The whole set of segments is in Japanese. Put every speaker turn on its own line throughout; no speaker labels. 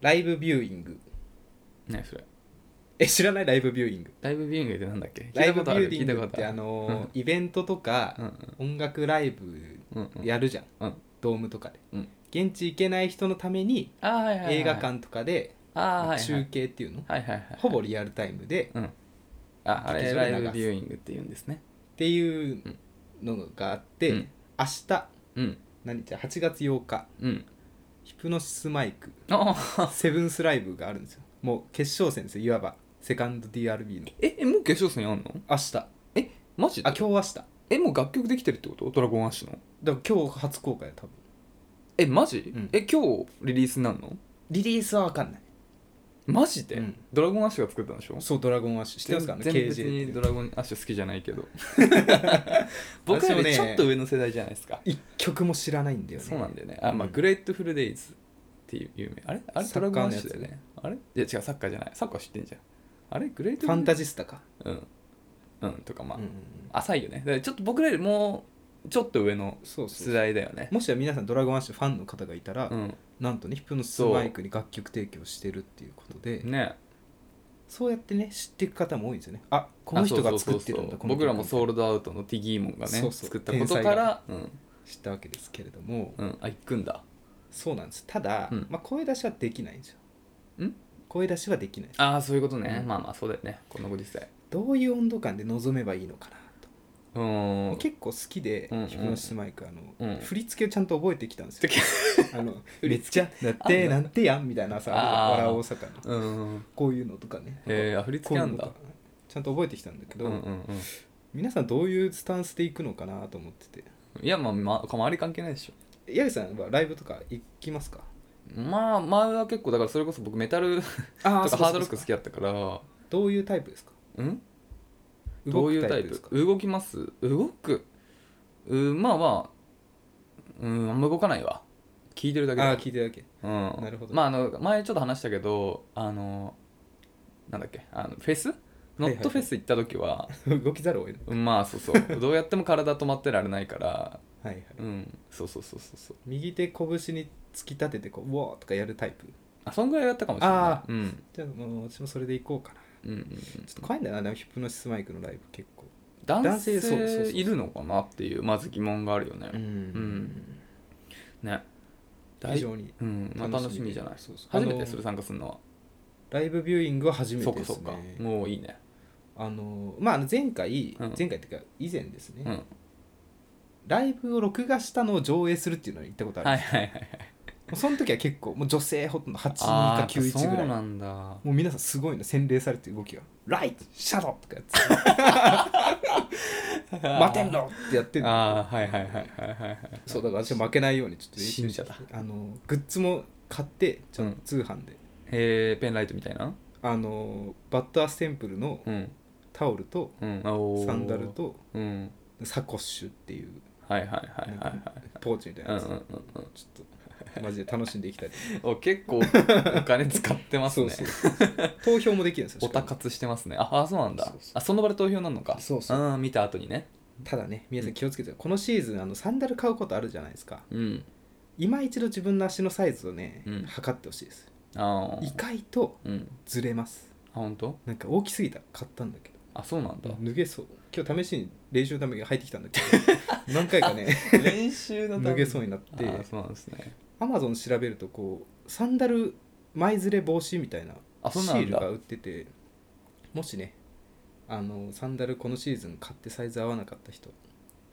ライブビューイング
何それ
え知らないライブビューイング
ライブビューイングってなんだっけ
ライブビューイ
聞
ン
いた
グ
こ
っ
とある
て
聞
あ
いたこ
のーイベントとか
とある
音楽ライブ
うんうんうんうん
やるじゃん、
うん
ドームとかで、
うん
現地行けない人のために
あーはいはいはい
映画館とかで
あーはいはい
中継っていうの、
はいはいはい
ほぼリアルタイムで
うんああ
劇
れ
場で
ラ
流す
イブビューイングって言うんですね
っていうのがあって、
うん
明日
うん
何じゃ8月8日
うん
ヒプノシスマイク
ああ
セブンスライブがあるんですよもう決勝戦ですよいわばセカンド DRB の
ええもう決勝戦やんの
明日あ
えマジで
今日明日だか
えもう楽曲できてるってことドラゴンアッシュの
ら今日初公開だ多分
えマジ、
うん
え今日リリースなんの
リリースは分かんない
マジで、
うん
ドラゴンアッシュが作ったんでしょ
そうドラゴンアッシュ知ってますかあの
全然別
KJ
に
って
ドラゴンアッシュ好きじゃない けど僕らよりちょっと上の世代じゃないですか、
一曲も知らないんだよね
そうなんだよねあまあ、
うん
グレイトフルデイズっていう有名あれあれ
サ
ド
ッ
ラ
カ
ゴン
ーの
アッ
やつ
シュだよねあれいや違うサッカーじゃないサッカー知ってんじゃんあれグレイト
ファン
タ
タジスタか、
うんうんとかまあ、
うんうんうん
浅いよねだからちょっと僕らよりもうちょっと上の
そうそうそ
世
う
代だよね
もしや皆さんドラゴンアッシュファンの方がいたら、
うん
なんとねヒプノシスマイクに楽曲提供してるっていうことで
ね
そうやってね知っていく方も多いんですよねあこの人が作ってるん
あそうそうそうそ
だ
う
この
僕らもソ
う
ールドアウトのティギーモンがね
そうそう
作ったことから、うん
知ったわけですけれども、
うん、あ行くんだ
そうなんですただ、
うん
まあ、声出しはできないんですよ
ん
声出しはできないです
ああそういうことね、
うん
まあまあそうだよねこのご時世
どういう温度感で臨めばいいのかなと、
うーん
結構好きで、
うんうん
ヒプノシスマイクあの、
うん
振り付けをちゃんと覚えてきたんです よ、あの
振
め
り
っち
付
ゃ「だってなんてやん」みたいなさ「
あー
笑う大阪」の
うーん
こういうのとかね
えー、あ振り付
こうい
けな
うんのと
だ
かちゃんと覚えてきたんだけ
うん
ど、
うんうん
皆さんどういうスタンスで行くのかなと思ってて
いやまあ、まあ、周り関係ないでしょ
八重さんはライブとか行きますか
まあ前は結構だからそれこそ僕メタル
あ
とかハードロック好きだったから
どういうタイプですか
うんど
動
う
く
いうタイ
です
プ
か
動きます動くうんまあまあうんあんま動かないわ聞いてるだけ
ああ
だ
聞いてるだけ
うん、
なるほど
まああの前ちょっと話したけどあのなんだっけあのフェスノットフェス行った時は,、
動きざるを得ない
まあそう そうどうやっても体止まってられないから
はいはい
うんそうそうそうそうそう
右手拳に突き立ててこううわーとかやるタイプ
あそんぐらいはやったかもしれ
あ
ない、うん、
じゃあもう私もそれで行こうかな
うんうんうん
ちょっと怖いんだよなでもヒプノシスマイクのライブ結構
男性
そうそうそう
いるのかなっていうまず疑問があるよね、
ん
ね
非常に
うんまあ楽しみじゃない
そうそう
初め
あ
て
の
それ参加するのは
ライブビューイングは初め
そ
て
う
で
かそう
す
か
ね
もういいね
あのまああの前回
うん
前回っていうか以前です
う
ね
ん
ライブを録画したのを上映するっていうのに行ったことある
はいはいはいはい
もうその時は結構もう女性ほとんど82か
あー
91ぐ
そ
ら
う
いも
なんだ
う皆さんすごいの洗礼されてる動きが「ライトシャドウ!」とかやって「 待てんろ!」ってやってる
ああはいはいはいはいはいはい
そうだから私は負けないようにちょっと練習して
信者だ
あのグッズも買ってちょっ
う
と
ん
通販で、
えー、ペンライトみたいな
あのバッドアーステンプルの
うん
タオルと
うんおー
サンダルと
うん
サコッシュっていう
はいはいはいは
な
い
ん
は
か
い
ポーチみたいな
うん
や
う
つ、
んうんうん
ちょっとマジで楽しんでいきたいと思い
お結構お金使ってま
ます
ね
そうそうそう投票もできるんですよ
お
しか
た
も
かつしてますねああそうなんだ
そうそう
あその場で投票なのか
そうそう
あー見た後にね
ただね皆さん気をつけて、このシーズンあのサンダル買うことあるじゃないですか
うん
今一度自分の足のサイズをね、
うん
測ってほしいです
ああ
意外と
うん
ずれます
あ本当
なんか大きすぎた買ったんだけど
あそうなんだ
脱げそう今日試しに練習のために履いてきたんだけ ど何回かね
練習のため
脱げそうになって
あそうなんですね
アマゾン調べるとこうサンダル前ずれ防止みたいな
あ
シ
そうなんだ
ールが売っててもしねあのサンダルこのシーズン買ってサイズ合わなかった人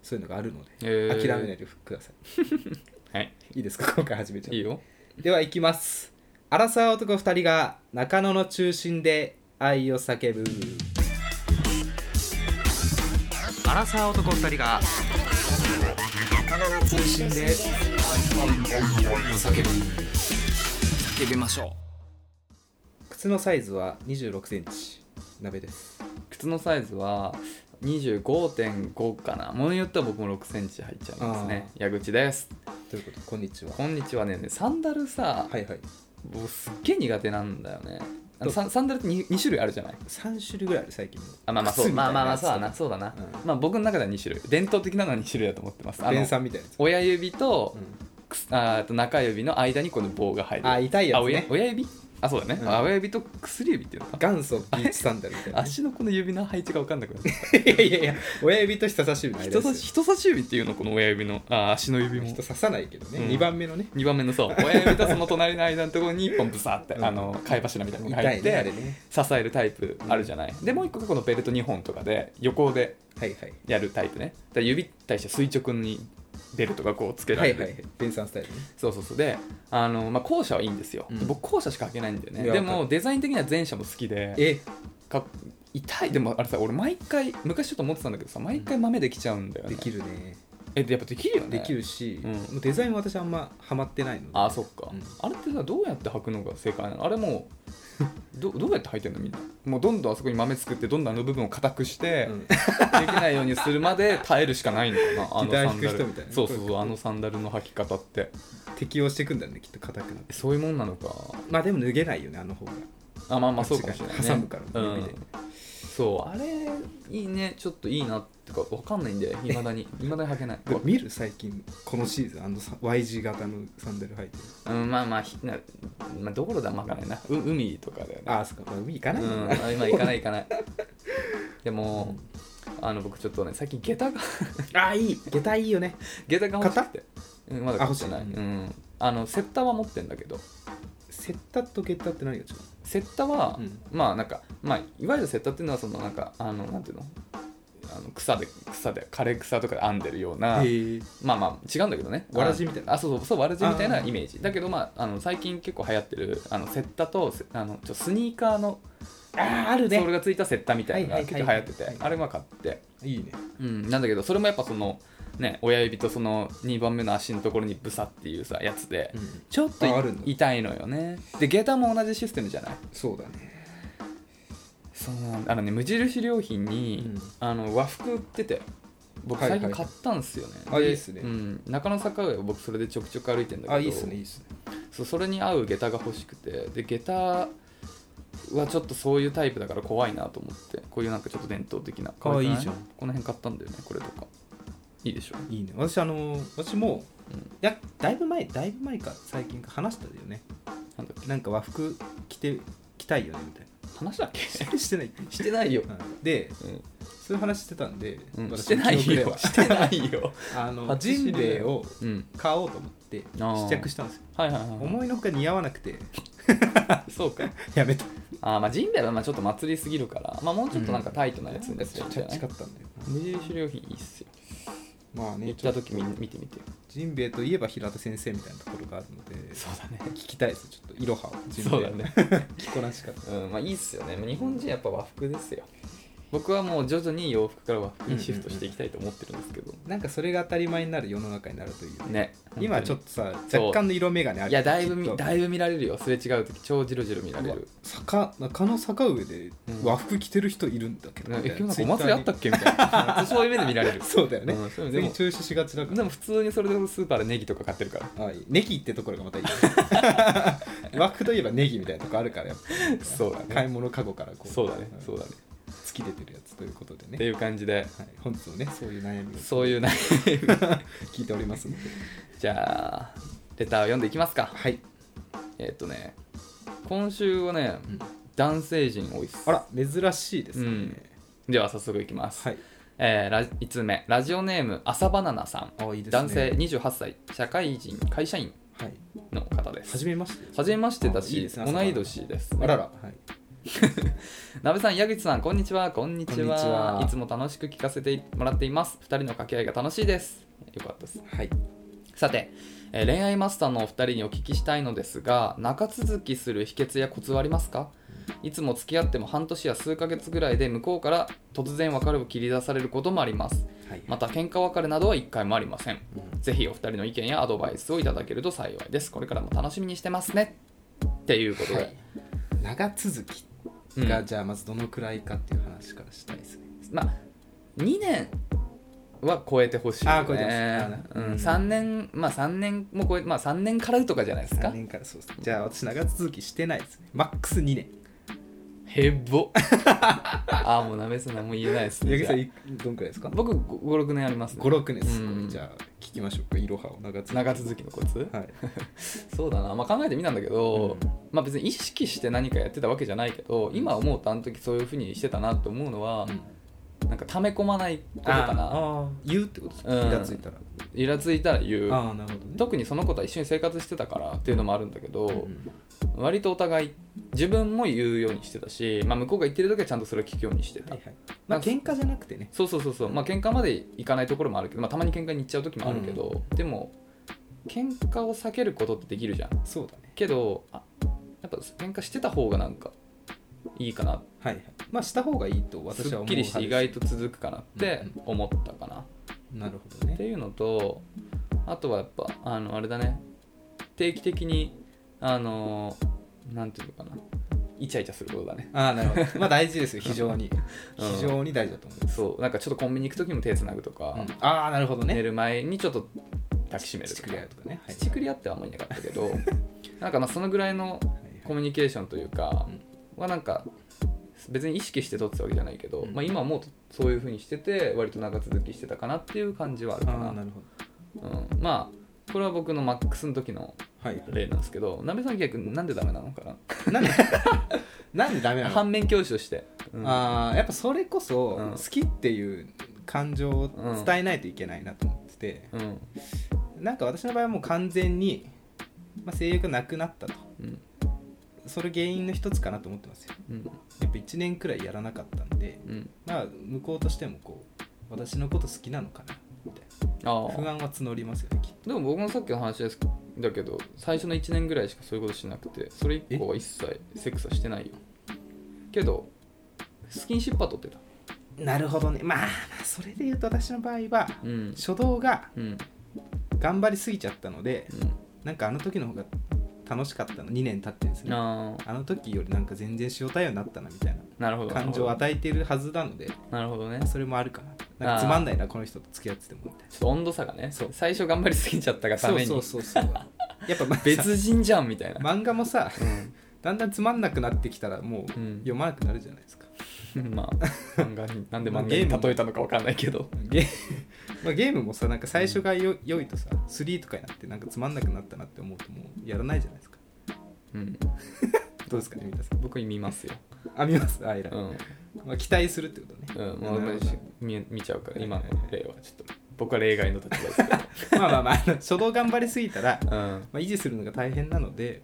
そういうのがあるので、
えー
諦めないでくださ
はい
いいいですか 今回始めちゃって
いいよ
では行きます荒沢男2人が中野の中心で愛を叫ぶ荒沢男2人が中心で叫ぶ叫びましょう靴のサイズは2 6センチ鍋です
靴のサイズは25.5かなものによっては僕も6センチ入っちゃいますね矢口です
ということでこんにちは
こんにちはねねサンダルさ、
はいはい
僕すっげえ苦手なんだよねあ
ど
の
う
サンサンダルって 2, 種類あるじゃない
3種類ぐらいある最近の
あまあまあそう
靴みた
まあ
い
まあま
や
あ
つ
そうだなそうだな、
うん
まあ僕の中では2種類伝統的なのは2種類だと思ってますあの
電産みたいなやつ
親指と
うん
くすあーと中指の間にこの棒が入る
あ痛いや
あ
つ
親
ね
親指あそうだね、
うん
あ親指と薬指っていうのか
元祖ビーチサンダルみたいな、
足のこの指の配置が分かんなくなっ
いやいやいや親指と人差し指の
た
間
人
ですよ
差し人差し指っていうのこの親指のあー足の指も
人刺さないけどね、
うん
2番目のね
2番目 のそう親指とその隣の間のところに1本ブサーって、
うん
あの貝柱みたいなのが
痛
入っ
い
て、
ねあれね
支えるタイプあるじゃない、でもう1個がこのベルト2本とかで横で
はいはい
やるタイプねだから指に対して垂直にベルトがこうつけら
は
れ
い
て、
はいはいベンさんスタイルね
そうそうそうであの、まあ、後者はいいんですよ、
うん
で僕後者しか履けないんだよ
いや
ねで
わか
もデザイン的には前者も好きで
え
か痛いでもあれさ俺毎回昔ちょっと思ってたんだけどさ毎回豆できちゃうんだよね
できるね
えでやっぱできるよね
できるし、
うん
もうデザインは私あんまハマってないので
あそっか、
うん
あれってさどうやって履くのが正解なのあれもうどどうやって履いてんのみんなもうどんどんあそこに豆作ってどんどんあの部分を硬くして、
うん
できないようにするまで耐えるしかないのかなあの
ギター
サ
弾
ン
く
ダ
人
ル
みたいな
そうそうそうあのサンダルの履き方って
適応していくんだよねきっと硬くなって
そういうもんなのか
まあでも脱げないよねあの方が
あまあまあそうかもしれない、ね、
挟むから
うん
指で
そうあれいいねちょっといいなってかわかんないんでいまだ にいまだに履けない
で見る最近このシーズンあのさ Y 字型のサンダル履いてる
うんまあまあひな、まあ、どころではまかないなう海とかだよね
あ あそっかこれ海行かない
うん
だ
ん
な、
あ今行かない行かないでも、あの僕ちょっとね最近下駄が
ああいい下駄いいよね
下駄が欲しくて、うん、まだ
あ
買ってない
欲しい
うん、あのセッターは持ってんだけど
セッタと下駄って何が違う
セッターは、
うん
まあなんか、まあ、いわゆるセッターっていうのはそのなんかあのなんていうのあの草で草で枯れ草とかで編んでるような
のへえ
まあまあ違うんだけどね
わらじみたいな
あそうそうそうわらじみたいな
あー
イメージだけどまああの最近結構流行ってるあのセッタとせあのちょスニーカーの
ああある
ソール
ね
がついたセッタみたいな
は
のが
いはい
結
はい
構流行ってて
はい
あれは買って
いいね
うんなんだけどそれもやっぱそのね親指とその2番目の足のところにブサっていうさやつで
うん
ちょっとい
ああるんだ
痛いのよねで下駄も同じシステムじゃない
そうだね
そうなんあのね無印良品に、
うん
あの和服売ってて僕
はいはい
最近買ったんすよね、
あいいっすね
うん、中野坂上を僕それでちょくちょく歩いてんだけど
あいいっすねいいっすね
そうそれに合う下駄が欲しくてで下駄はちょっとそういうタイプだから怖いなと思ってこういうなんかちょっと伝統的な
あ
可愛くない
いじゃん
この辺買ったんだよねこれとかいいでしょ
いいね私あの私も、
うん
いやだいぶ前だいぶ前か最近か話したよね
なんだっけ
なんか和服着て着たいよねみたい
話だっけ
な してない、
してないよ、
うんで
うん
そういう話してたんで、
うん、
私
してな
記憶
い
では
よしてないよ、
あ の
初知 り
ジンベエを
うん、
買おうと思って
あー
試着したんですよ
はいはいはい
思いのほか似合わなくて
そうか
やめた
あーまあジンベエはまあちょっと祭りすぎるから、まあ、もうちょっとなんかタイトなやつに
め
で
っ
す
ち
よ
ゃ
ね、
近かったんだよな
無印良品いいっすよ
まあね
行っ
ちょ
た
っと
時見見てみてよ
ジンベエといえば平田先生みたいなところがあるので
そうだね
聞きたいですちょっといろはをジンベ
そ
エ
うだ ね
着こなし方
うんまあいいっすよね日本人やっぱ和服ですよ僕はもう徐々に洋服から和服にシフトしていきたいと思ってるんですけど、
なんかそれが当たり前になる世の中になるといいよね
ね
今ちょっ
と
とさ
そう
若干の色眼鏡ある
いやだいぶ
きっ
み
と
だいぶ見られるよすれ違う時超ジロジロ見られる
坂中野坂上で
うん
和服着てる人いるんだけど
ねえ
みた
今
い Twitter
日なんかお祭り
に
あったっけみたいなそういう目で見ら れる
そうだよね
うんそうで
全
も
に中止しがちだか
でも普通にそれでスーパーでネギとか買ってるから
らあいいネギってところがまたいいよ ね和服といえばネギみたいなとこあるからやっぱ
そうだね
買い物かごからこう
そうだね
ん
そうだね
突き出てるやつということで
って
ね
いう感じで
はい本日もねそういう悩みを
そういうね
聞いておりますので
じゃあレターを読んでいきますか
はい
えーっとね今週はね、
うん
男性陣多いっす
あら珍しいです
う
ね
んでは早速いきます、
はい
えーラ1通目ラジオネーム朝バナナさん
あいいですね
男性28歳社会人会社員
はい
の方です
初めまして
初めましてだし
あいいですね朝バナ
同
ナ
い年です、
あららはい
なべさん矢口さんこんにちはこんにちは
こんにちはい
つも楽しく聞かせてもらっています2人の掛け合いが楽しいですよかったです
はい
さて、えー恋愛マスターのお二人にお聞きしたいのですが長続きする秘訣やコツはありますかいつも付き合っても半年や数ヶ月ぐらいで向こうから突然別れを切り出されることもあります
はい
また喧嘩別れなどは一回もありません
うん
ぜひお二人の意見やアドバイスをいただけると幸いですこれからも楽しみにしてますねっていうことで、
はい長続き
うん
がじゃあまずどのくらいかっていう話からしたいですね。
まあ2年は超えてほしい
あ
よ
ー超えてほし
ね
いあー
う
うん
ん3年まあ3年も超えまあ3年からとかじゃないです
3
か
年からそうですね。じゃあ私長続きしてないですね。マックス2年。
へっぼ ああもうなめすなもう言えないです
八木
ねじ
さ
ゃ
んいどんくらいです
あ
か
僕56年ありますね
56年すごい、
うん
じゃあ聞きましょうかいろはを長続き
長続きのコツ
はい
そうだな、まあ、考えてみたんだけど、
うん
まあ、別に意識して何かやってたわけじゃないけど今思うとあの時そういうふうにしてたなと思うのは、なんか溜め込まないことかな
あー言うってことですか
うん
気がついたら、
イラついたら言う
ああなるほどね
特にその子とは一緒に生活してたからっていうのもあるんだけど、
うん
割とお互い自分も言うようにしてたし、まあ、向こうが言ってる時はちゃんとそれを聞くようにしてた、
はいはいまあ喧嘩じゃなくてね
そうそうそうそうまあ喧嘩までいかないところもあるけど、まあ、たまに喧嘩に行っちゃう時もあるけど、でも喧嘩を避けることってできるじゃん
そうだね
けどあやっぱ喧嘩してた方がなんかいいかな
はいはいまあした方がいいと
す
私は思
っ
う
きりして意
派
外と続くかなって思ったかな、
ですなるほどね
っていうのとあとはやっぱあのあれだね定期的にあのなんていうのかなイチャイチャすることだね
ああなるほどまあ大事ですよ非常に
うん
非常に大事だと思います、
そうなんかちょっとコンビニ行く時も手つなぐとか、
うんああなるほど
寝
ね
る前にちょっと抱きしめる
口
と
く
か
り合うとかねはい
口くり合ってはあんまりいなかったけ どなんかまあそのぐらいの
はいはい
コミュニケーションというか
うん
はなんか別に意識して取ってたわけじゃないけど、
うん
まあ、今もそういうふうにしてて割と長続きしてたかなっていう感じはあるか
あ
な
あなるほ
うん、まあこれは僕のマックスの時の
どはい
例なんですけどなべさん逆になんでダメなのか
なんでなんでダメ
な
なの
反面教師として、うん
あーやっぱそれこそ
うん
好きっていう感情を伝えないといけないなと思ってて、
うん
なんか私の場合はもう完全に、まあ、性欲なくなったと
うん
それ原因の一つかなと思ってますよ
うん
やっぱ1年くらいやらなかったんで
うん
まあ向こうとしてもこう私のこと好きなのかなみたい
あ
な
あ
不安は募りますよねきっ
でも僕のさっきの話ですだけど最初の1年ぐらいしかそういうことしなくてそれ以降は一切セックスはしてないよけどスキンシップは取ってた
となるほどねまあまあそれで言うと私の場合は
うん
初動が
うん
頑張りすぎちゃったので
う
なんかあの時の方が楽しかったの2年経ってです
ん
ね
ああ
あの時よりなんか全然塩対応になったなみたい
なるほど
な感情を
は
与えているはずなので
なるほどね
それもあるかななんかつまんないなこの人と付き合っててもみたいな
ちょっと温度差がね
そう
最初頑張りすぎちゃったがた
そ
め
う
に
そうそう そうやっぱまあ
別人じゃんみたいな、
漫画もさ
うん
だんだんつまんなくなってきたらもう
うん
読まなくなるじゃないです か、
まあ漫画に なんで
まあ
漫画に
ゲームも
例えたのかわかんないけど
ゲーまあゲームもさなんか最初がよ良いとさ3とかになってなんかつまんなくなったなって思うともうやらないじゃないですか
うん
どうですかね皆さん
僕見ますよ
あ見ますあいら、
うん
まあ、期待するってことね、
うんもう
なるほど
見見ちゃうから今の例はちょっと僕は例外の立場ですけ
まあまあまああの初動頑張りすぎたら、
どうん
まあ、維持するのが大変なので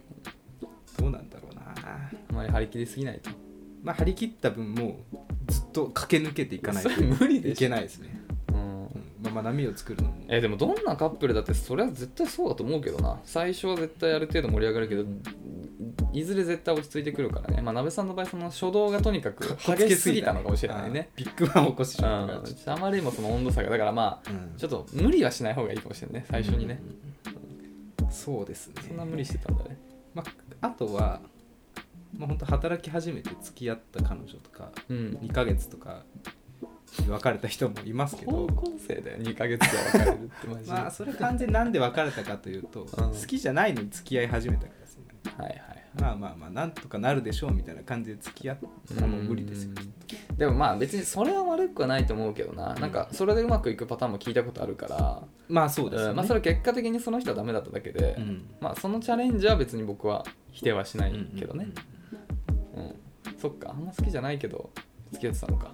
どうなんだろうな
あまり張り切りすぎないと
まあ張り切った分もうずっと駆け抜けていかないと
それ無理でしょ
いけないですね、
うん
うんまあ、まあ波を作るのも
えでもどんなカップルだってそれは絶対そうだと思うけどな最初は絶対ある程度盛り上がるけどいずれ絶対落ち着いてくるからねまあ鍋さんの場合その初動がとにかく激しすぎたのかもしれな いね
ビッグバンを起こしてし
うん
まったからちょっ
あまりにもその温度差がだからま
と、うん
あちょっと無理はしない方がいいかもしれないね最初にね、
うんそうですね
そんな無理してたんだね
まあ、あとは、まあ、本当働き始めて付き合った彼女とか
うん
2ヶ月とか別れた人もいますけ
高
ど
校生だよ2ヶ月で別れるってマジ で、
まあそれ完全になんで別れたかというと、好きじゃないのに付き合い始めたからですね
はいはい
まあまあまあなんとかなるでしょうみたいな感じで付き合ったらもう無理ですよ
うん
きっと
でもまあ別にそれは悪くはないと思うけどななんかそれでうまくいくパターンも聞いたことあるから
まあそうですよ
ん
ね
まあ、それは結果的にその人はダメだっただけで、
うん
まあそのチャレンジは別に僕は否定はしないけどね、うんそっかあんま好きじゃないけど付き合ってたのか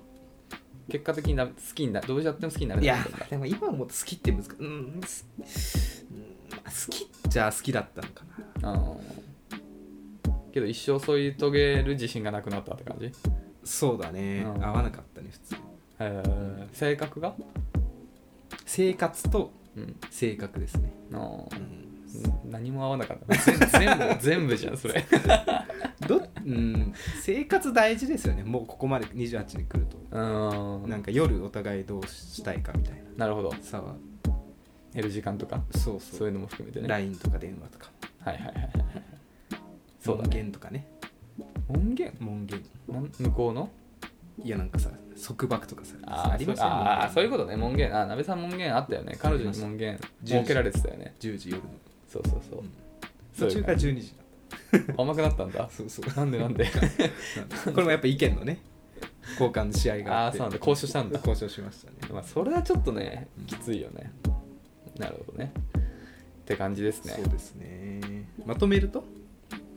結果的にだ好きになどうやっても好きになれ
い
な
や
かったんだ
でも今思うと好きって難しい、うん、すうんまあ好きっちゃ好きだったのかな
うんけど一生添い遂げる自信がなくなったって感じ、
そうだね、
うん
合わなかったね普通に
えー性格が、
生活と
うん、
性格ですね、
うん
うん
何も合わなかった全全部全部じゃんそれ
どうん、生活大事ですよねもうここまで28に来ると、
うん
なんか夜お互いどうしたいかみたいな
なるほど
さは
寝る時間とか
そうそう
そういうのも含めてねはい
LINE とか電話とか
はいはいはいそう
音
だね
源とかね
音源
門限
なん向こうの
いやなんかさ束縛とかさ
あー
ります
そうあーそういう
こ
ことね門限あー鍋さん門限あったよね彼女に門限
した
設けられてたよね
と10時夜の
そうそうそう、
うん
そう
途
いう
中から12時だっ
甘くなったんだ
そうそう
なんでなんで
これもやっぱ意見のね交換の試合があって
あーそうなんだ交渉したんだ
交渉しましたね
まあそれはちょっとね
うん
きついよねなるほどねって感じですね
そうですねまとめると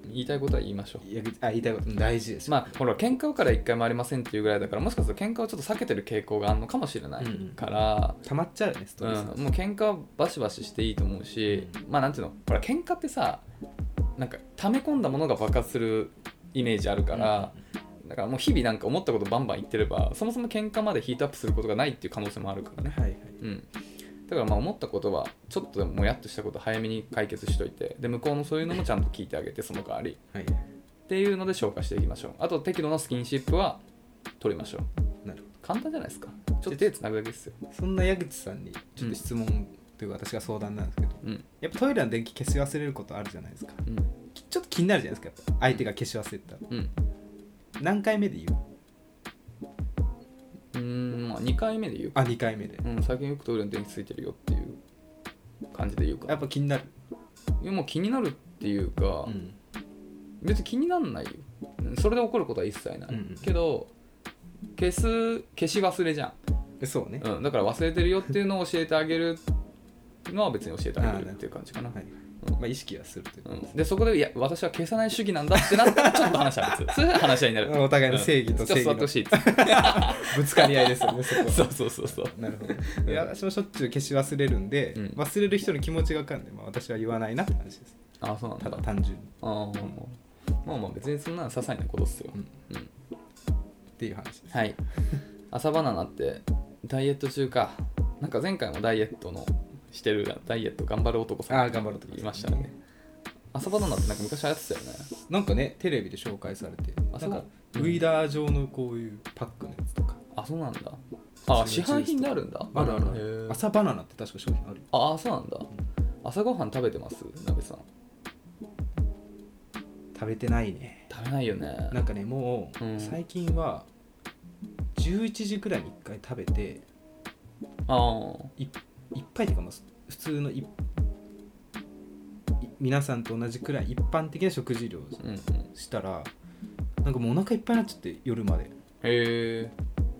言いたいことは言いましょう
いやあ言いたいこと大事です、
まあほら喧嘩から一回もありませんっていうぐらいだからもしかすると喧嘩をちょっと避けてる傾向があるのかもしれない
うん
から、
溜まっちゃうよねスト
うん
レスが、
もう喧嘩はバシバシしていいと思うし、まあなんていうのほら喧嘩ってさなんか溜め込んだものが爆発するイメージあるから、だからもう日々なんか思ったことバンバン言ってればそもそも喧嘩までヒートアップすることがないっていう可能性もあるからね
はいはい
うん、だからまあ思ったことはちょっとでももやっとしたこと早めに解決しといてで向こうのそういうのもちゃんと聞いてあげてその代わり
はい
っていうので消化していきましょうあと適度なスキンシップは取りましょう
なる
簡単じゃないですかちょっと手つなぐだけですよ
ほどそんな矢口さんにちょっと質問というか私が相談なんですけど、
うん
やっぱトイレの電気消し忘れることあるじゃないですか
うん
きちょっと気になるじゃないですかやっぱ相手が消し忘れてたら
うん
何回目で言う
うーんまあ2回目で言うか、
あ2回目で
うん、最近よくトイレの電気ついてるよっていう感じで言うか
やっぱ気になる、
いやもう気になるっていうか、
うん
別に気になんないようんそれで怒ることは一切ない、
うんうん
けど消す消し忘れじゃん
えそうね、
うん、だから忘れてるよっていうのを教えてあげるのは別に教えてあげるっていう感じかな。
はいまあ、意識はするという
う
か、
ん、でそこでいや私は消さない主義なんだってなったらちょっと話は別それは話し合いになる
お互いの正義と正義
うんちょ
の
っと座ってほしいっつって
ぶつかり合いです よね そこは
そうそうそうそう
なるほどいや私もしょっちゅう消し忘れるんで、
うん
忘れる人の気持ちが分かるんで、まあ、私は言わないなって話です
あそうなん
ただ
だ
単純に、
あーまあまあ別にそんなの些細なことっすよ
う、ん、っ
うん、
ていう話です、
はい朝バナナってダイエット中かなんか前回もダイエットのしてるダイエット頑張る男さん
ああ頑張ろうと
言いましたね朝バナナってなんか昔流行ってたよね
なんかねテレビで紹介されて
あ
な
そうん
かウイダー状のこういうパックのやつとか
あそうなんだあ
普
市
通の
販品であるんだへー
朝バナナって確か商品ある
ああそうなんだ朝ごはん食べてますなべさん
食べてないね
食べないよね
なんかねもう、
うん
最近は11時くらいに1回食べて
ああ
一杯っていうかまあ普通のいい皆さんと同じくらい一般的な食事量を
うんうんへ
したらなんかもうお腹いっぱいになっちゃって夜まで
え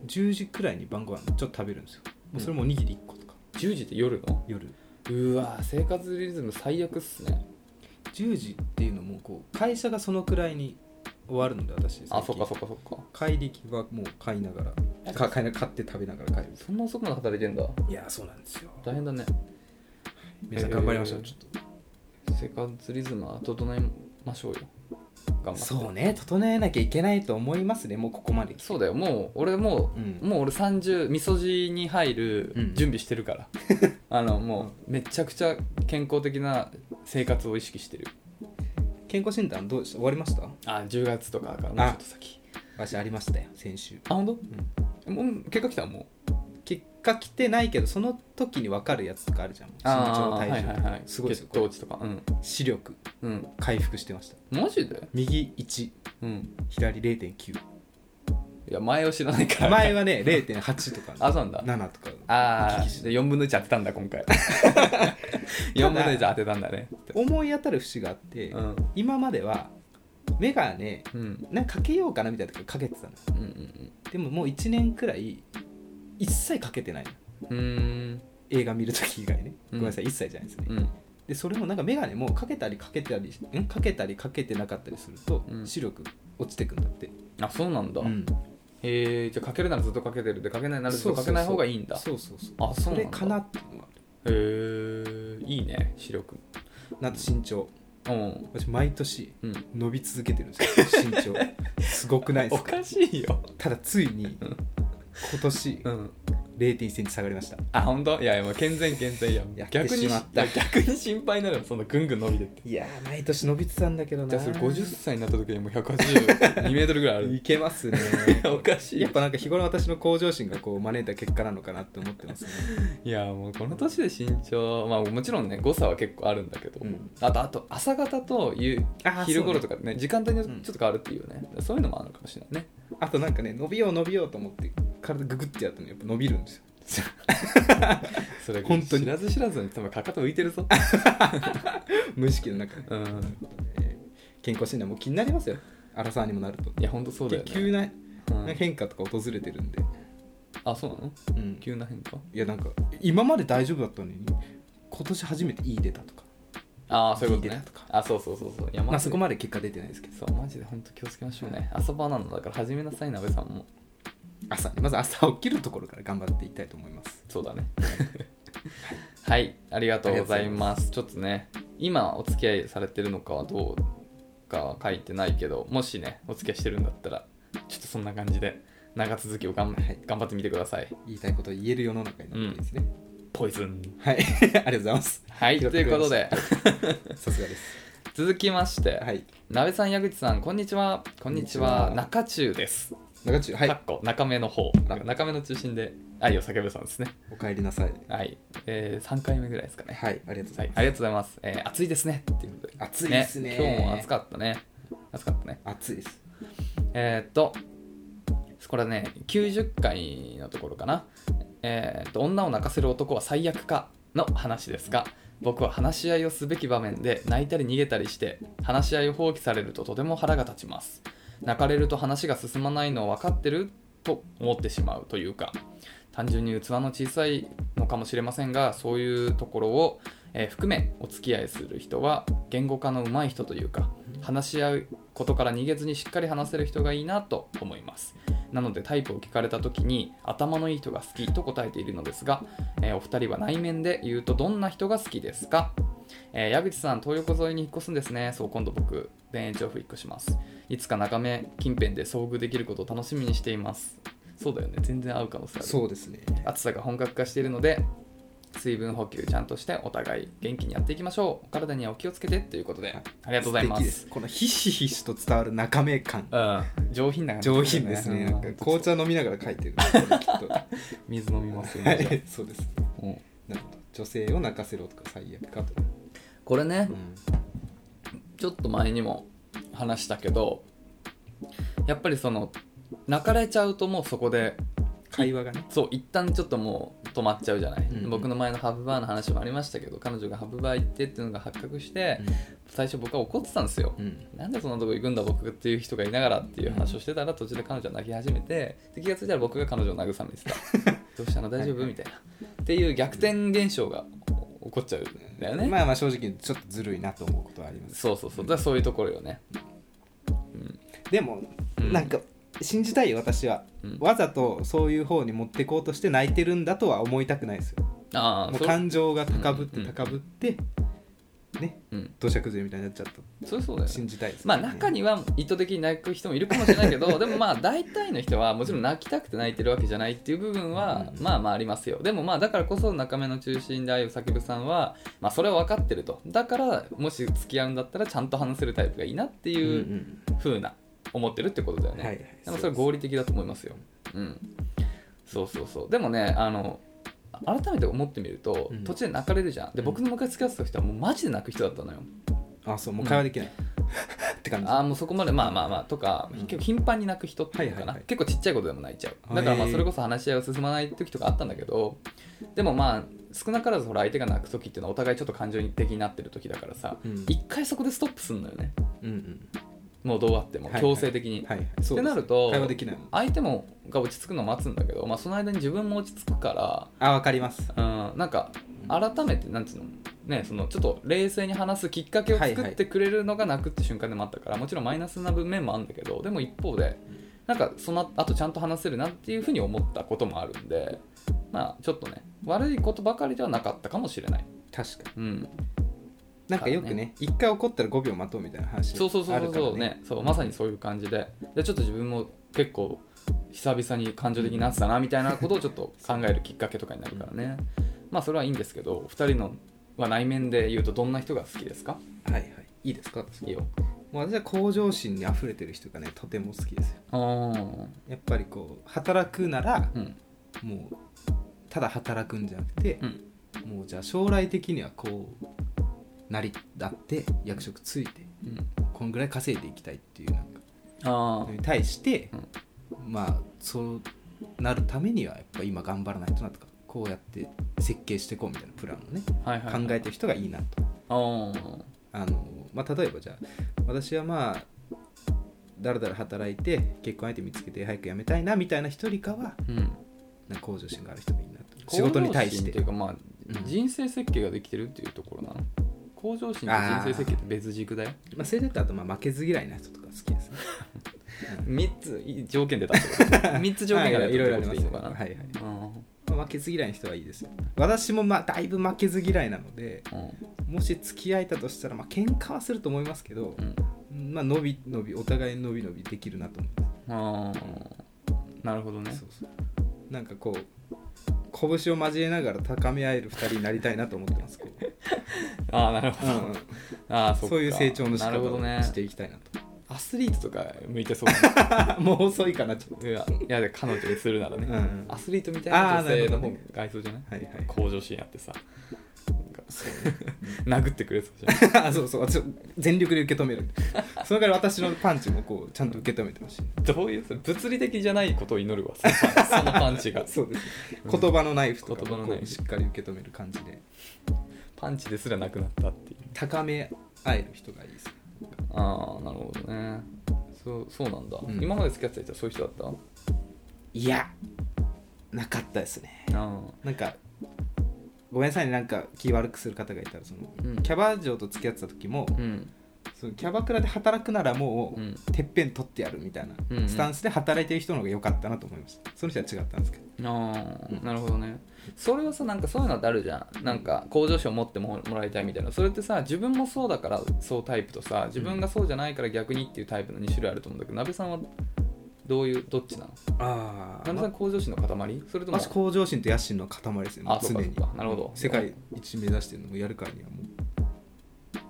10時くらいに晩ご飯ちょっと食べるんですよもうそれもおにぎり1個とか
10時って夜の
夜
うわ生活リズム最悪っすね
10時っていうのもこう会社がそのくらいに終わるので私
あそっ
最
かそっかそっか
近帰り際はもう買いながらか買いな買って食べながら帰る
そんな遅くまで働いてんだ
いやそうなんですよ
大変だね
皆さん頑張りましょう、
えー
ちょっ
生活リズムは整えましょうよ頑張
と
って
そうね整えなきゃいけないと思いますねもうここまで来て
そうだよもう俺もう、
うん
もう俺30みそじに入
う
る
ん
準備してる から、あのもうめちゃくちゃ健康的な生活を意識してる
健康診断どうでした終わりました
あ10月とかだからもうちょっと先
私ありましたよ先週
あ本当、もう結果来たもう
結果来てないけどその時に分かるやつとかあるじゃん身長
は
体
い
重、
はいはい
すごいです
血
よ
糖値とかうん
視力
うん
回復してました
マジで
右1
うん
左0.9
いや前を知らないから
前はね0.8とか
あそうなんだ
7とか
ああ
行き来して
4分の1当てたんだ 今回4分の1当てたんだね
思い当たる節があって、
うん
今までは眼鏡
うん
なんかかけようかなみたいな時かけてたの
うんうん
でももう1年くらい一切かけてないの
うんうーん
映画見る時以外ね
う
ご
ん
めんなさい、一切じゃないですね、
うん
でそれもなんか眼鏡もかけたりかけたりんかけたりかけてなかったりすると
うん
視力落ちてくんだって、
あそうなんだ、へえじゃあかけるならずっとかけてるでかけないならずっとかけない方がいいんだ
そうそうそう
あそう
そ
なん
れ
だ
かなっていうのは
へえいいね視力
なんと身長
うん
私毎年
うん
伸び続けてるんですよ身 長すごくないで
お
すか
かしいよ
ただついに
うん
今年
うん
0 1センチ下がりました
あ本当いやいやもう健全健全いや
やって
逆
し
に
まった
いや逆に心配になるよそんなぐんぐん伸びてって
いやー毎年伸びてたんだけどな
じゃあそれ50歳になった時にもう182メートルぐらいあ
い
る
けますね
おか しい
やっぱなんか日頃私の向上心がこう招いた結果なのかなって思ってますね
いやもうこの年で身長まあもちろんね誤差は結構あるんだけど、
うん
あとあと朝方と夕
あー
昼頃
そ
と
う
かね時間帯によってちょっと変わるっていうね、そういうのもあるのかもしれないね
あとなんかね伸びよう伸びようと思って体ググってやったのやっぱ伸びるんですよ
それ
本当に
知らず知らずに多分かかと浮いてるぞ
無意識の中で
うん
えー健康診断も気になりますよ荒沢にもなると
いやほんとそうだよね
急な
うん
変化とか訪れてるんで、
あそうなの
うん、
急な変化
いやなんか今まで大丈夫だったのに今年初めていい出たとか、
ああそういうこと
聞い
ね
てたとか
あそうそうそうそういや
まあ、そこ
ま
まで結果出てないですけど
そうマジで本当気をつけましょうね遊ばなのだから始めなさいなべさんも
朝まず朝起きるところから頑張っていきたいと思います
そうだね はいありがとうございますちょっとね今お付き合いされてるのかはどうかは書いてないけどもしねお付き合いしてるんだったらちょっとそんな感じで長続きをがん、
はい
頑張ってみてください
言いたいことを言える世の中になっていいですね、
ポイズン
はい ありがとうございます
はい
拾っ
と
て
い
く
う
れ
こ
ま
と
した
で
さすがです
続きまして、
はい
なべさん矢口さんこんにちはこんにち
こん
は
にちは
中中です
中中は
か
い
っこ中目の方中目の中心で愛を叫ぶさんですね
お帰りなさい
はい、えー、3回目ぐらいですかね
はいありがとうご
は
ざい
い
ま、す、
ありがとうございます。えー暑いですねっていうことで。
暑いですね
今日も暑かったね。暑かったね。
暑いです
えーっと、これね、90回のところかな。えーっと、女を泣かせる男は最悪かの話ですが、僕は話し合いをすべき場面で泣いたり逃げたりして、話し合いを放棄されるととても腹が立ちます。泣かれると話が進まないのを分かってると思ってしまうというか、単純に器の小さいのかもしれませんがそういうところを、えー含めお付き合いする人は言語化の上手い人というか話し合うことから逃げずにしっかり話せる人がいいなと思いますなのでタイプを聞かれた時に頭のいい人が好きと答えているのですが、えーお二人は内面で言うとどんな人が好きですかえー矢口さん、東横沿いに引っ越すんですね。そう、今度僕、田園調布引っ越します。いつか眺め近辺で遭遇できることを楽しみにしています。そうだよね、全然会う可能性ある。
そうですね
暑さが本格化しているので水分補給ちゃんとしてお互い元気にやっていきましょうお体にはお気をつけてということで、
はい
ありがとうございま
素敵
す
ですこのひしひしと伝わる中目感
うん、上品な感じ
上品ですね、
うん
なんか紅茶飲みながら書いてるんですよねきっとは
水飲みますよ、
いそうです
うん
なるほど女性を泣かせろとか最悪かとか、
これね
うん
ちょっと前にも話したけどやっぱりその泣かれちゃうともうそこで
会話がね
そう一旦ちょっともう止まっちゃうじゃない、
うん
僕の前のハブバーの話もありましたけど彼女がハブバー行ってっていうのが発覚して、最初僕は怒ってたんですよ、
うん
なんでそんなとこ行くんだ僕っていう人がいながらっていう話をしてたら途中で彼女は泣き始めてで気がついたら僕が彼女を慰めてた どうしたの大丈夫みたいなっていう逆転現象が起こっちゃうんだよね、
まあまあ正直ちょっとずるいなと思うことはあります
そうそうそうだからそういうところよね
でも、
うん
なんか信じたいよ私は、
うん
わざとそういう方に持ってこうとして泣いてるんだとは思いたくないですよ
ああ
もう
それ
感情が高ぶっ
う
て
んうん
高ぶって、ね
うん
土砂崩れみたいになっちゃった
それそうだよね
信じたいです、
まあ中には意図的に泣く人もいるかもしれないけどでもまあ大体の人はもちろん泣きたくて泣いてるわけじゃないっていう部分は
うん
まあまあありますよでもまあだからこそ中目の中心で愛を叫ぶさんはまあそれは分かってるとだからもし付き合うんだったらちゃんと話せるタイプがいいなって
うん
いうふうな思ってるってことだよ
うん
ね、
はいはい
でもそれは合理的だと思いますようんそうそうそうでもねあの改めて思ってみると
うん
途中で泣かれるじゃんで僕の昔付き合ってた人はもうマジで泣く人だったのよ
あそうもう会話できない、って感じ
あーもうそこまでまあまあまあとか、
うん
結構頻繁に泣く人っていうのか
は
な、
いはいはい
結構ちっちゃいことでも泣いちゃ
へー
うだからまあそれこそ話し合いが進まない時とかあったんだけどでもまあ少なからずほら相手が泣く時っていうのはお互いちょっと感情的になってる時だからさ
うん
一回そこでストップすんのよね
うん
もうどうあっても
はいはい
強制的に、
うんはいはいそう
っ
です
てなると
会話できないもん
相手もが落ち着くのを待つんだけど、まあ、その間に自分も落ち着くか
あわかります
ら、うん、なんか改めてなんつうのね、そのちょっと冷静に話すきっかけを作ってくれるのが泣くって瞬間でもあったから、もちろんマイナスな面もあるんだけどでも一方でなんかその後ちゃんと話せるなっていうふうに思ったこともあるんでまあちょっとね悪いことばかりではなかったかもしれない、
確かに
うん、
なんかよくね一回怒ったら5秒待とうみたいな話
そうそうそ
あ
うそ
る
う
から
そうねそうまさにそういう感じででちょっと自分も結構久々に感情的になってたなみたいなことをちょっと考えるきっかけとかになるからねまあそれはいいんですけどお二人のは内面で言うとどんな人が好きですか
はいはいいいですか
いいよ
もう私は向上心にあふれてる人がねとても好きですよ
あー
やっぱりこう働くなら
うん
もうただ働くんじゃなくて
う、ん
もうじゃあ将来的にはこうなりだって役職ついて
うん
こんぐらい稼いでいきたいっていうなんか
あ
の
ー
に対して、まあそうなるためにはやっぱ今頑張らないとなとかこうやって設計していこうみたいなプランをね
はいはいはい
考えてる人がいいなと
あー
あのまあ、例えばじゃあ私はまあだらだら働いて結婚相手見つけて早く辞めたいなみたいな人よりかは
うん、
なんか向上心がある人がいいなと仕事に対し
向上心
て
というかまあ、
うん
人生設計ができてるっていうところなの向上心と人生設計って別軸だよ
まあ、それだとあとまあ負けず嫌いな人とか好きですね
3ついい条件出たってこと三つ条件が
はいいろいろあり
出た
ますね
ってことでいいのかな、
はいはい
うん
まあ負けず嫌いな人はいいですよ私もまあだいぶ負けず嫌いなのでもし付き合えたとしたらまあ喧嘩はすると思いますけど
う、ん
まあ伸び伸びお互い伸び伸びできるなと思い
うんあーなるほどね
ます、そうそうなんかこう拳を交えながら高め合える2人になりたいなと思ってますこう、
ああなるほ
う
ど、
んうん
ああそっ か
そういう成長の仕
な
方
るほど
を
ね
していきたいなと
アスリートとか向いてそうだ ね
もう遅いかなちょっと
いやいやで彼女にするならね、
うんうん
アスリートみたい
あ
な
ー
女性の
な
方が
るほ
合いそうじゃない
はいはい
向上心あってさなんか殴ってくれそうじゃない
あ そうそう私全力で受け止め るその代わり私のパンチもこうちゃんと受け止めてほしい
どういうそれ物理的じゃないことを祈るわそのパンそのパンチが
そうです言葉のナイフとか
言葉の
も
ナイ
こ
フ
うしっかり受け止める感じで
パンチですらなくなったっていう
高め合える人がいいですね
ああなるほどねそうそうなんだ、
うん
今まで付き合ってた人はそういう人だったあ
いやなかったですね
あ
なんかごめんなさいねなんか気悪くする方がいたらその、
うん
キャバ嬢と付き合ってた時も、
うん
そのキャバクラで働くならもう、
うん
てっぺん取ってやるみたい
うんうん
なスタンスで働いてる人の方が良かったなと思いました、その人は違ったんですけど
ああ
うん
なるほどねそれはさなんかそういうのってあるじゃんなんか向上心を持ってももらいたいみたいなそれってさ自分もそうだからそうタイプとさ自分がそうじゃないから逆にっていうタイプの2種類あると思うんだけど鍋さんはどういうどっちなの
あ
鍋さん向上心の塊それとも
私向上心と野心の塊ですねも
あそうか
に
そうかなるほど
世界一目指してるのをやるからにはも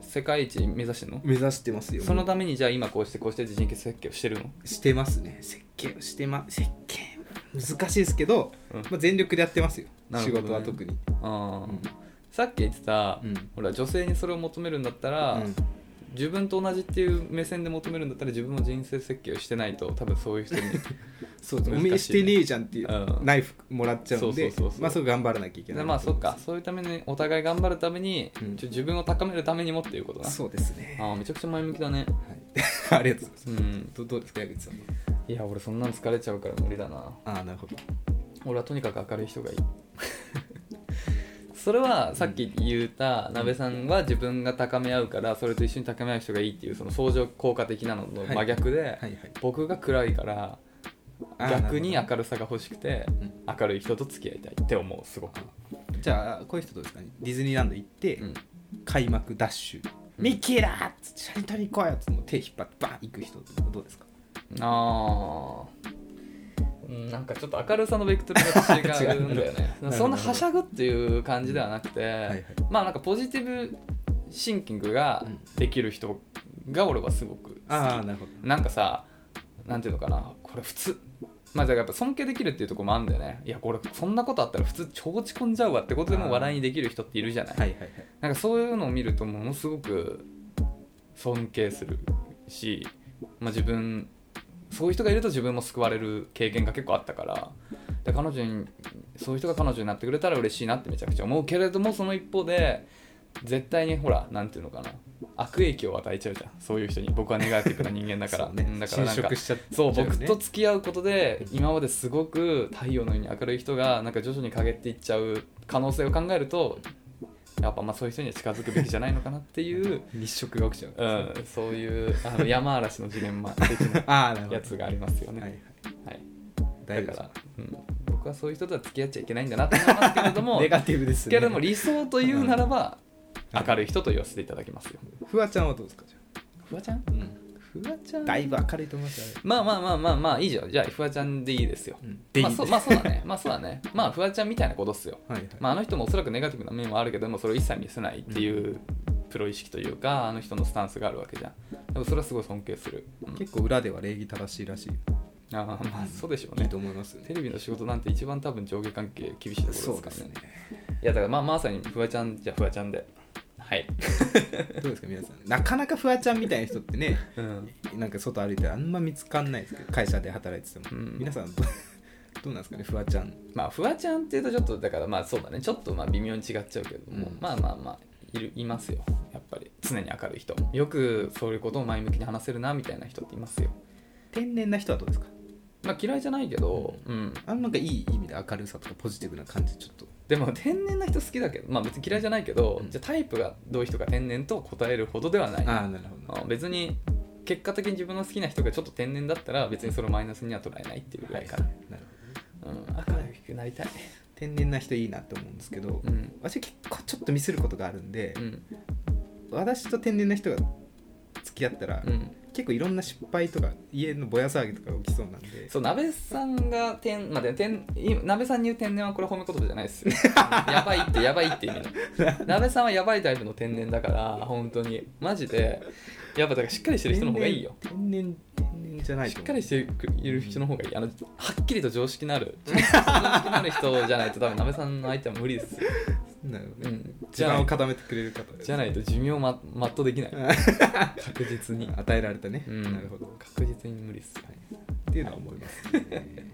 世界一目指してんの
う目指してますよ
そのためにじゃあ今こうしてこうして人形設計をしてるの
してますね設計をしてま設計難しいですけど、
うん
まあ、全力でやってますよ、
なる
仕
ほどね
事は特に、
あー、
うん
さっき言ってた、
うん
ほら女性にそれを求めるんだったら、
うん
自分と同じっていう目線で求めるんだったら自分も人生設計をしてないと多分そういう人に
そうそうお
難しい
めえしてねえじゃんっていう、
うん
ナイフもらっちゃうんで
そうそうそうそう
まあそう頑張らなきゃいけな
で
い
まあそっかそういうためにお互い頑張るために、
うん
ちょ自分を高めるためにもっていうことな
そうですね、
あーめちゃくちゃ前向きだね
はい、あ りがとうございます
うん
どどうですか矢口さん
いや俺そんなの疲れちゃうから無理だな
ああなるほど
俺はとにかく明るい人がいい それはさっき言った鍋さんは自分が高め合うからそれと一緒に高め合う人がいいっていうその相乗効果的なのの
はい
真逆で、
はいはい
僕が暗いから
あー
逆に
なる
明るさが欲しくて明るい人と付き合いたいって思うすごく、
ほどじゃあこういう人どうですかねディズニーランド行って、
うん、
開幕ダッシュ、ミッキーだーっつって写真撮りに行こうよっつってもう手引っ張ってバーン行く人とかどうですか
あーうんなんかちょっと明るさのベクトルが 違うんだよ
違うなる
ね
ほど
そんなはしゃぐっていう感じではなくて、
はい
まあなんかポジティブシンキングができる人が俺はすごく
ああなるほど
なんかさなんていうのかなこれ普通まあだからやっぱ尊敬できるっていうところもあるんだよねいやこれそんなことあったら普通超落ち込んじゃうわってことでも笑いにできる人っているじゃない、
はいはいはい
なんかそういうのを見るとものすごく尊敬するし、まあ、自分そういう人がいると自分も救われる経験が結構あったからで彼女にそういう人が彼女になってくれたら嬉しいなってめちゃくちゃ思うけれどもその一方で絶対にほらなんていうのかな悪影響を与えちゃうじゃんそういう人に僕はネガティブな人間だから
そうね
うんだからなん
侵
か
食しちゃっ
そう
ちゃうよね
僕と付き合うことで今まですごく太陽のように明るい人がなんか徐々に陰っていっちゃう可能性を考えるとやっぱまあそういう人には近づくべきじゃないのかなっていう、
日食が起きちゃう、
うん、そういうあの山嵐のジレンマ的な
ああなるほど
やつがありますよね。
は
はいい
はい大丈夫
だから、うん、僕はそういう人とは付き合っちゃいけないんだなと思いますけれど も
ネガティブですね
けれども理想というならば
うん
明るい人と言わせていただきますよ。
フワちゃんはどうですかじゃ
フワちゃん
あ、うん、
フワちゃん
だいぶ明るいと思いますよね
まあまあまあまあまあいいじゃんじゃあフワちゃんでいいですよ。
うんでいい
まあ、そうまあそうだねまあそうだね まあフワちゃんみたいなことっすよ、
はいはい、
まあ、あの人もおそらくネガティブな面はあるけどもそれを一切見せないっていうプロ意識というかあの人のスタンスがあるわけじゃんでもそれはすごい尊敬する、うん
結構裏では礼儀正しいらしい、
あーまあそうでしょう
いい
ね
と思いますよね
テレビの仕事なんて一番多分上下関係厳しいところです
そう
か
で
ら
す
ね
ね
いやだからまあまさにフワちゃんじゃあフワちゃんではい、
どうですか皆さんなかなかフワちゃんみたいな人ってね
うん、
なんか外歩いてあんま見つかんないですけど会社で働いてても、
うん
皆さんどどうなんですかねフワちゃん
まあフワちゃんっていうとちょっとだからまあそうだねちょっとまあ微妙に違っちゃうけども、
うん
まあまあまあいるいますよやっぱぱり常に明るい人よくそういうことを前向きに話せるなみたいな人っていますよ
天然な人はどうですか
まあ嫌いじゃないけど、うん、
あんまがいい意味で明るさとかポジティブな感じちょっと
でも天然な人好きだけどまあ別に嫌いじゃないけど、
うん
じゃあタイプがどういう人が天然と答えるほどではない
ああなるほど
あ別に結果的に自分の好きな人がちょっと天然だったら別にそれをマイナスには捉えないっていうぐらいかな、
なるほどね
うん、明るくなりたい
天然な人いいなって思うんですけど、
うん
私結構ちょっとミスることがあるんで
う、ん
私と天然な人が付き合ったら、
うん
結構いろんな失敗とか家のぼや騒ぎとか起きそうなんで
そう鍋さんが天まあで天い鍋さんに言う天然はこれ褒め言葉じゃないですよやばいってやばいって意味の 鍋さんはやばいタイプの天然だから本当にマジでやっぱだからしっかりしてる人の方がいいよ
天然天然じゃない
し
と思
っ
う
かりしている人の方がいいあのはっきりと常識のあ る常識のある人じゃないと多分鍋さんの相手は無理ですよ、
なるほ
う
どね
ん、
地
じゃ
盤を
あ
固めてくれる方です
じゃないと寿命を、ま、全うでき ない確実に
与えられたね、
うん
なるほど、は
確実に無理っすよ
い、っていうのは思います、 ね、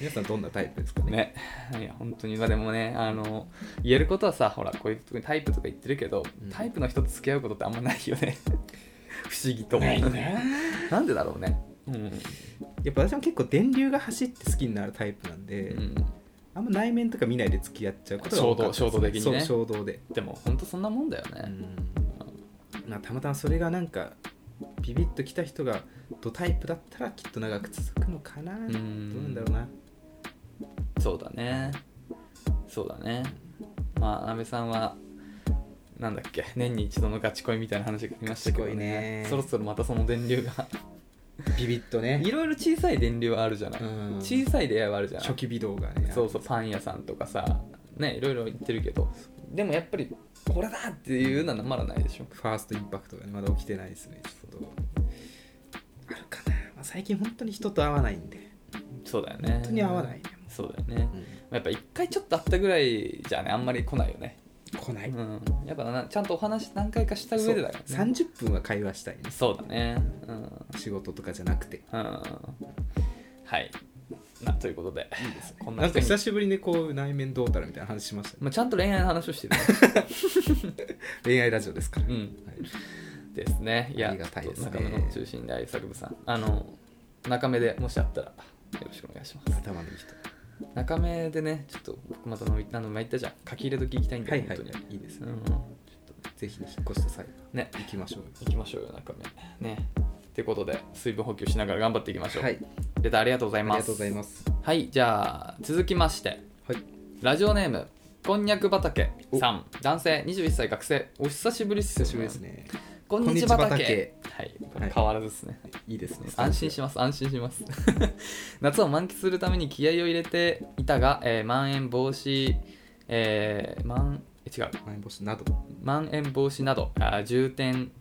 皆さんどんなタイプですかね
ね、いや本当にまあでもねあの言えることはさほらこういうとこにタイプとか言ってるけど、
うん
タイプの人と付き合うことってあんまないよね 不思議と
ないね
なんでだろうねうん、
やっぱ私も結構電流が走って好きになるタイプなんで、
うん、
あんま内面とか見ないで付き合っちゃうことが多かった
衝動衝動的にね
そう衝動で、
でも本当そんなもんだよ
う
ね、
んまあ、たまたまそれがなんかビビッときた人がドタイプだったらきっと長く続くのかな、
ん
どうなんだろうな
そうだねそうだねまあ安倍さんはなんだっけ年に一度のガチ恋みたいな話がありましたけど
ガチ恋ね
そろそろまたその電流が
ビビッとね
いろいろ小さい電流はあるじゃない、
うん
小さい出会いはあるじゃない
初期微動がね
そうそうパン屋さんとかさねいろいろ言ってるけどでもやっぱりこれだっていうのはまだないでしょ
ファーストインパクトがねまだ起きてないですねちょっとあるかな、まあ、最近本当に人と会わないんで
そうだよね本
当に合わないね
そうだよねやっぱ一回ちょっと会ったぐらいじゃねあんまり来ないよね、
来ない、
うん、やっぱなちゃんとお話何回かした
そう
上でだからね
30分は会話したいです
そうだねうん、うん、
仕事とかじゃなくて
はいなということでいいです、ね、こん
な
なん
か
人
久
に
しぶりにこう内面どうたらみたいな話しましたね
まあ、ちゃんと恋愛の話をしてる、
恋愛ラジオですから、
うん
はい
ですね。いや、
ありがたいですね
中野の中心である作部さん。あの、中目でもしあったら、よろしくお願いします。
頭のいい人
中目でね、ちょっと僕また飲み、何度も言ったじゃん。書き入れ時行きたいんだ
は
よ、
いはい
本当に。
いいです
う
ね、
ん。
ぜひ引っ越した際
ね、
行きましょうよ
行きましょうよ、中目。ね。ってことで、水分補給しながら頑張っていきましょう。
はい
レターありがとうござい
ありが
ま
とうご
す。
ざいます
はい、じゃあ、続きまして、
はい
ラジオネーム、こんにゃく畑
お
さん、男性、21歳学生、お久しぶりっすよ
久し
ね
ぶりです。ね
こんにちは畑。はい、これ変わらずですね。
いいですね
安心します安心します 夏を満喫するために気合を入れていたが、えーまん延防止、えーまんえ違う
まん延防止など
まん延防止などあー重点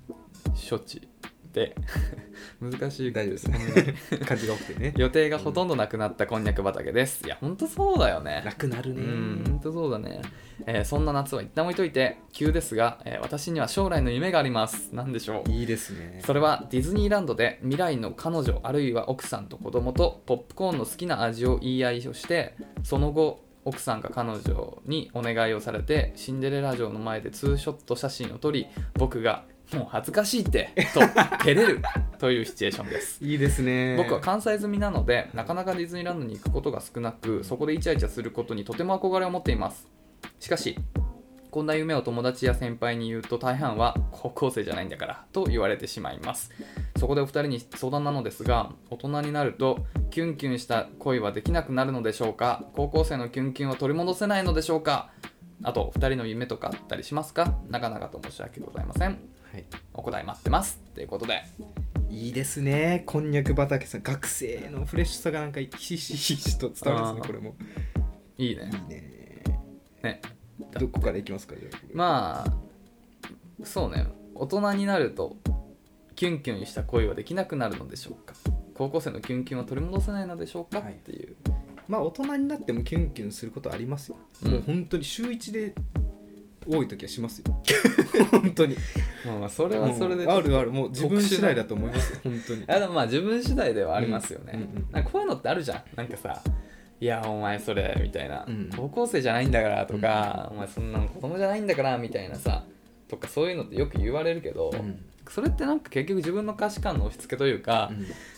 処置で 難しい
大丈夫ですね感じが多くてね
予定がほとんどなくなったこんにゃく畑です、いやほんとそうだよね
楽なるね
うん、本当そうだね、えーそんな夏は一旦置いといて急ですが、えー私には将来の夢があります何でしょう
いいですね
それはディズニーランドで未来の彼女あるいは奥さんと子供とポップコーンの好きな味を言い合いをしてその後奥さんが彼女にお願いをされてシンデレラ城の前でツーショット写真を撮り僕が「もう恥ずかしいって」と照れるというシチュエーションです
いいですね
僕は関西済みなのでなかなかディズニーランドに行くことが少なくそこでイチャイチャすることにとても憧れを持っていますしかしこんな夢を友達や先輩に言うと大半は高校生じゃないんだからと言われてしまいますそこでお二人に相談なのですが大人になるとキュンキュンした恋はできなくなるのでしょうか高校生のキュンキュンを取り戻せないのでしょうかあとお二人の夢とかあったりしますかなかなかと申し訳ございません
はい
お答え待ってますということで
いいですねこんにゃく畑さん学生のフレッシュさがなんかひしひしと伝わるん
あ
ですね
ー
これも
いいね
いいね
ね
どこからいきますかじゃあ
まあそうね大人になるとキュンキュンした恋はできなくなるのでしょうか高校生のキュンキュンを取り戻せないのでしょうか、
はい
っていう
まあ大人になってもキュンキュンすることありますよ、
うん
もう本当に週一で多い時はします よ本当に
まあまあそれはそれで、
うんあるあるもう自分
特殊な
次第だと思います よ本当に
いやでもまあ自分次第ではありますよね、
うんうんうん
なんかこういうのってあるじゃんなんかさ「いやお前それ」みたいな、
うん
高校生じゃないんだから」とか、お前そんなの子供じゃないんだから」みたいなさとかそういうのってよく言われるけど、
うん
それってなんか結局自分の価値観の押し付けというか、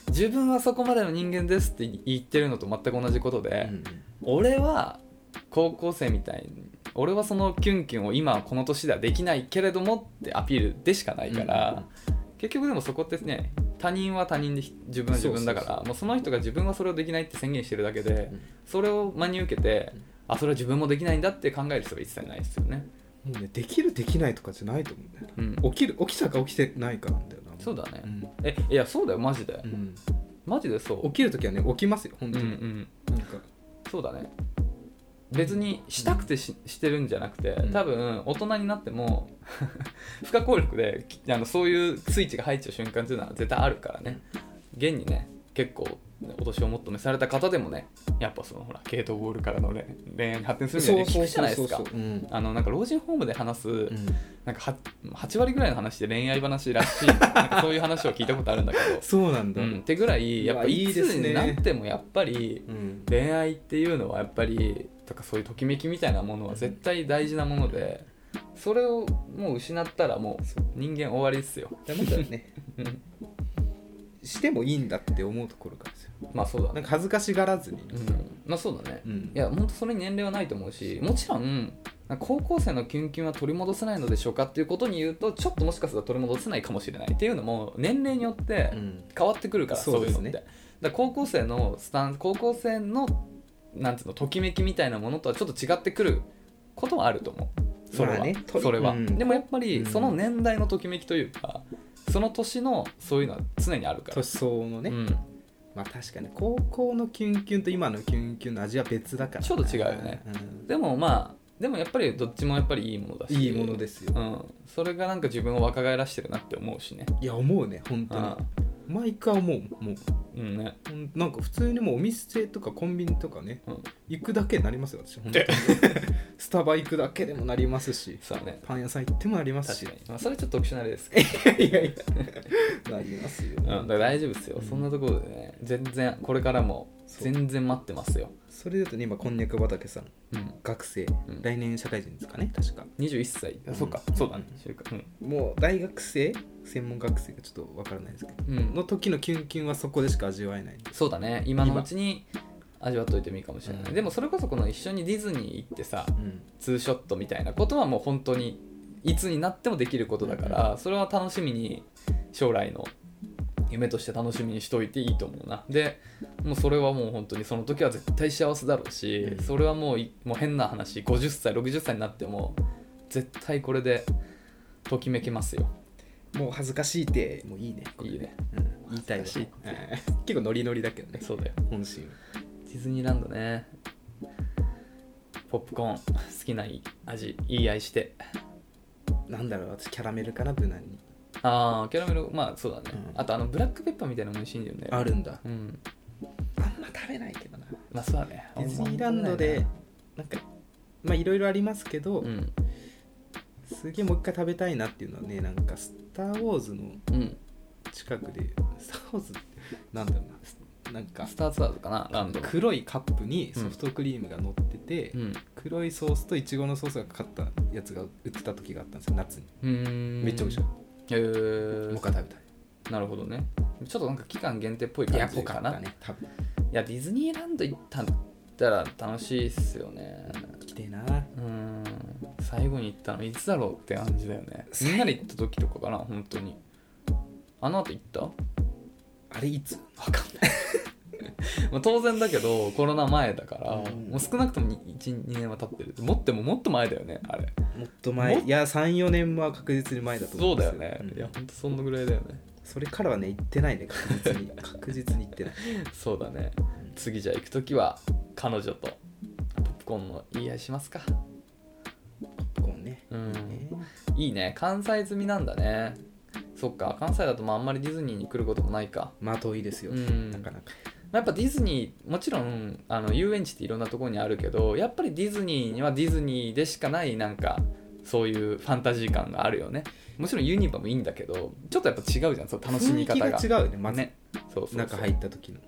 自分はそこまでの人間ですって言ってるのと全く同じこと
う
で、
ん
俺は高校生みたいに俺はそのキュンキュンを今この年ではできないけれどもってアピールでしかないから、結局でもそこってね他人は他人で自分は自分だから
そうそう
もうその人が自分はそれをできないって宣言してるだけで、
うん
それを真に受けて、
うん
あそれは自分もできないんだって考える人は一切ないですよね。
もうねできるできないとかじゃないと思うんだよ
うん
な起きる起きたか起きてないかなんだよな
そうだね
うん
えいやそうだよマジで
うん
マジでそう
起きるときはね起きますよ本
う
当
んう
に、
ん
なんか
そうだね別にしたくてししてるんじゃなくて
ん
多分大人になっても 不可抗力できあのそういうスイッチが入っちゃう瞬間っていうのは絶対あるからね現にね結構ねお年をもっと召された方でもねやっぱそのほらゲートボールからの恋恋愛に発展するみたいな聞くじゃないですか
うん
あのなんか老人ホームで話す、
うん
なんか 8, 割ぐらいの話で恋愛話 らしいなんかそういう話を聞いたことあるんだけど
そうなんだ、
うん、ってぐらいやっぱ
うわい
い
い
つ
ですね
になってもやっぱり
うん
恋愛っていうのはやっぱりとかそういうときめきみたいなものは絶対大事なものでそれをもう失ったらもう人間終わりっすよ
ダメだよね
うん
してもいいんだって思うところからですよ
まあそうだ
な
ね
んか恥ずかしがらずに、
うんまあそうだね
うん
いや本当それに年齢はないと思うしもちろんなんか高校生のキュンキュンは取り戻せないのでしょうかっていうことに言うとちょっともしかすると取り戻せないかもしれないっていうのも年齢によって
うん
変わってくるから、
そ
そうう
で
いう
す
のっ
ね
て、だから高校生のスタンス高校生のなんつうのときめきみたいなものとはちょっと違ってくることはあると思うそれは、
まあねと
それは、
うん
でもやっぱり
うん
その年代のときめきというかその年のそういうのは常にあるから
年相応のね、
うん、
まあ確かに高校のキュンキュンと今のキュンキュンの味は別だからな
ちょっと違うよね、
うん
でもまあでもやっぱりどっちもやっぱりいいものだし
いいものですよ、
うん、それがなんか自分を若返らしてるなって思うしね。
いや思うね本当に毎回思うもう
うん、うんね。
ほんなんか普通にもうお店とかコンビニとかね
うん、
行くだけになりますよ私本当に スタバ行くだけでもなりますし
そうね。
パン屋さん行ってもなります
確
し
かに。まあ、それちょっと特殊な例ですけ ど。
いやいやなりますよ、
うん、だから大丈夫ですよ。
うん
そんなところでね、全然、これからも
そう
全然待ってますよ。
それだとね今こんにゃく畑さん
うん、
学生、
ん
来年社会人ですかね確か
21歳。あ
うん
そっか、そうだね。就活
もう大学生専門学生がちょっとわからないですけど
うん、うん
の時のキュンキュンはそこでしか味わえない
そうだね。今のうちに味わっといてもいいかもしれない。
うん
でもそれこそこの一緒にディズニー行ってさ、
うん
ツーショットみたいなことはもう本当にいつになってもできることだからそれは楽しみに将来の夢として楽しみにしといていいと思うなでもうそれはもう本当にその時は絶対幸せだろうし、
うん
それはもういもう変な話50歳60歳になっても絶対これでときめきますよ
もう恥ずかしいってもういいねこれ
いいね、
うん、言いたいわ
恥ずかしい
えー結構ノリノリだけどね
そうだよ
本心は
ディズニーランドねポップコーン好きな味いい愛して
なんだろう私キャラメルかな無難に
ああキャラメルまあそうだね、
うん
あとあのブラックペッパーみたいなのも美味しいんだよね
あるんだ
うん
あんま食べないけどなデ
まあそうだね
ィズニーランドでなんかまあいろいろありますけど、
うん
すげえもう一回食べたいなっていうのはねなんか「スター・ウォーズ」の
うん
近くで「スター・ウォーズ」なんだろうななんか
スターツアーズかなランド
黒いカップにソフトクリームが乗ってて、
うん
黒いソースとイチゴのソースがかかったやつが売ってた時があったんですよ夏に
うーん
めっちゃ美味しかっ
へ
た、
ー
もう一回食べたい
なるほどねちょっとなんか期間限定っぽい感じかない
ね多分
やディズニーランド行ったんだら楽しいっすよね
来てえな
うーん最後に行ったのいつだろうって感じだよねみんなで行った時とかかな本当にあの後行った
あれいつ
分かんないまあ当然だけどコロナ前だから、
うん
もう少なくとも12年は経ってる持ってももっと前だよねあれ
もっと前
もっ
いや34年は確実に前だと
そ
思
うだよね、
うん
いやほんとそんなぐらいだよね
それからはね行ってないね確実に 確実に行ってない
そうだね次じゃあ行く時は彼女とポップコーンの言い合いしますか
ポップコーンね
うん
ね
いいね関西済みなんだねそっか関西だとまああんまりディズニーに来ることもないか
まあ遠いですよ、
うん
なかなか
まあやっぱディズニーもちろんあの遊園地っていろんなところにあるけどやっぱりディズニーにはディズニーでしかないなんかそういうファンタジー感があるよねもちろんユニバもいいんだけどちょっとやっぱ違うじゃんその楽しみ方が
雰囲気が違うよねまず
ねそうそうそう
中入った時の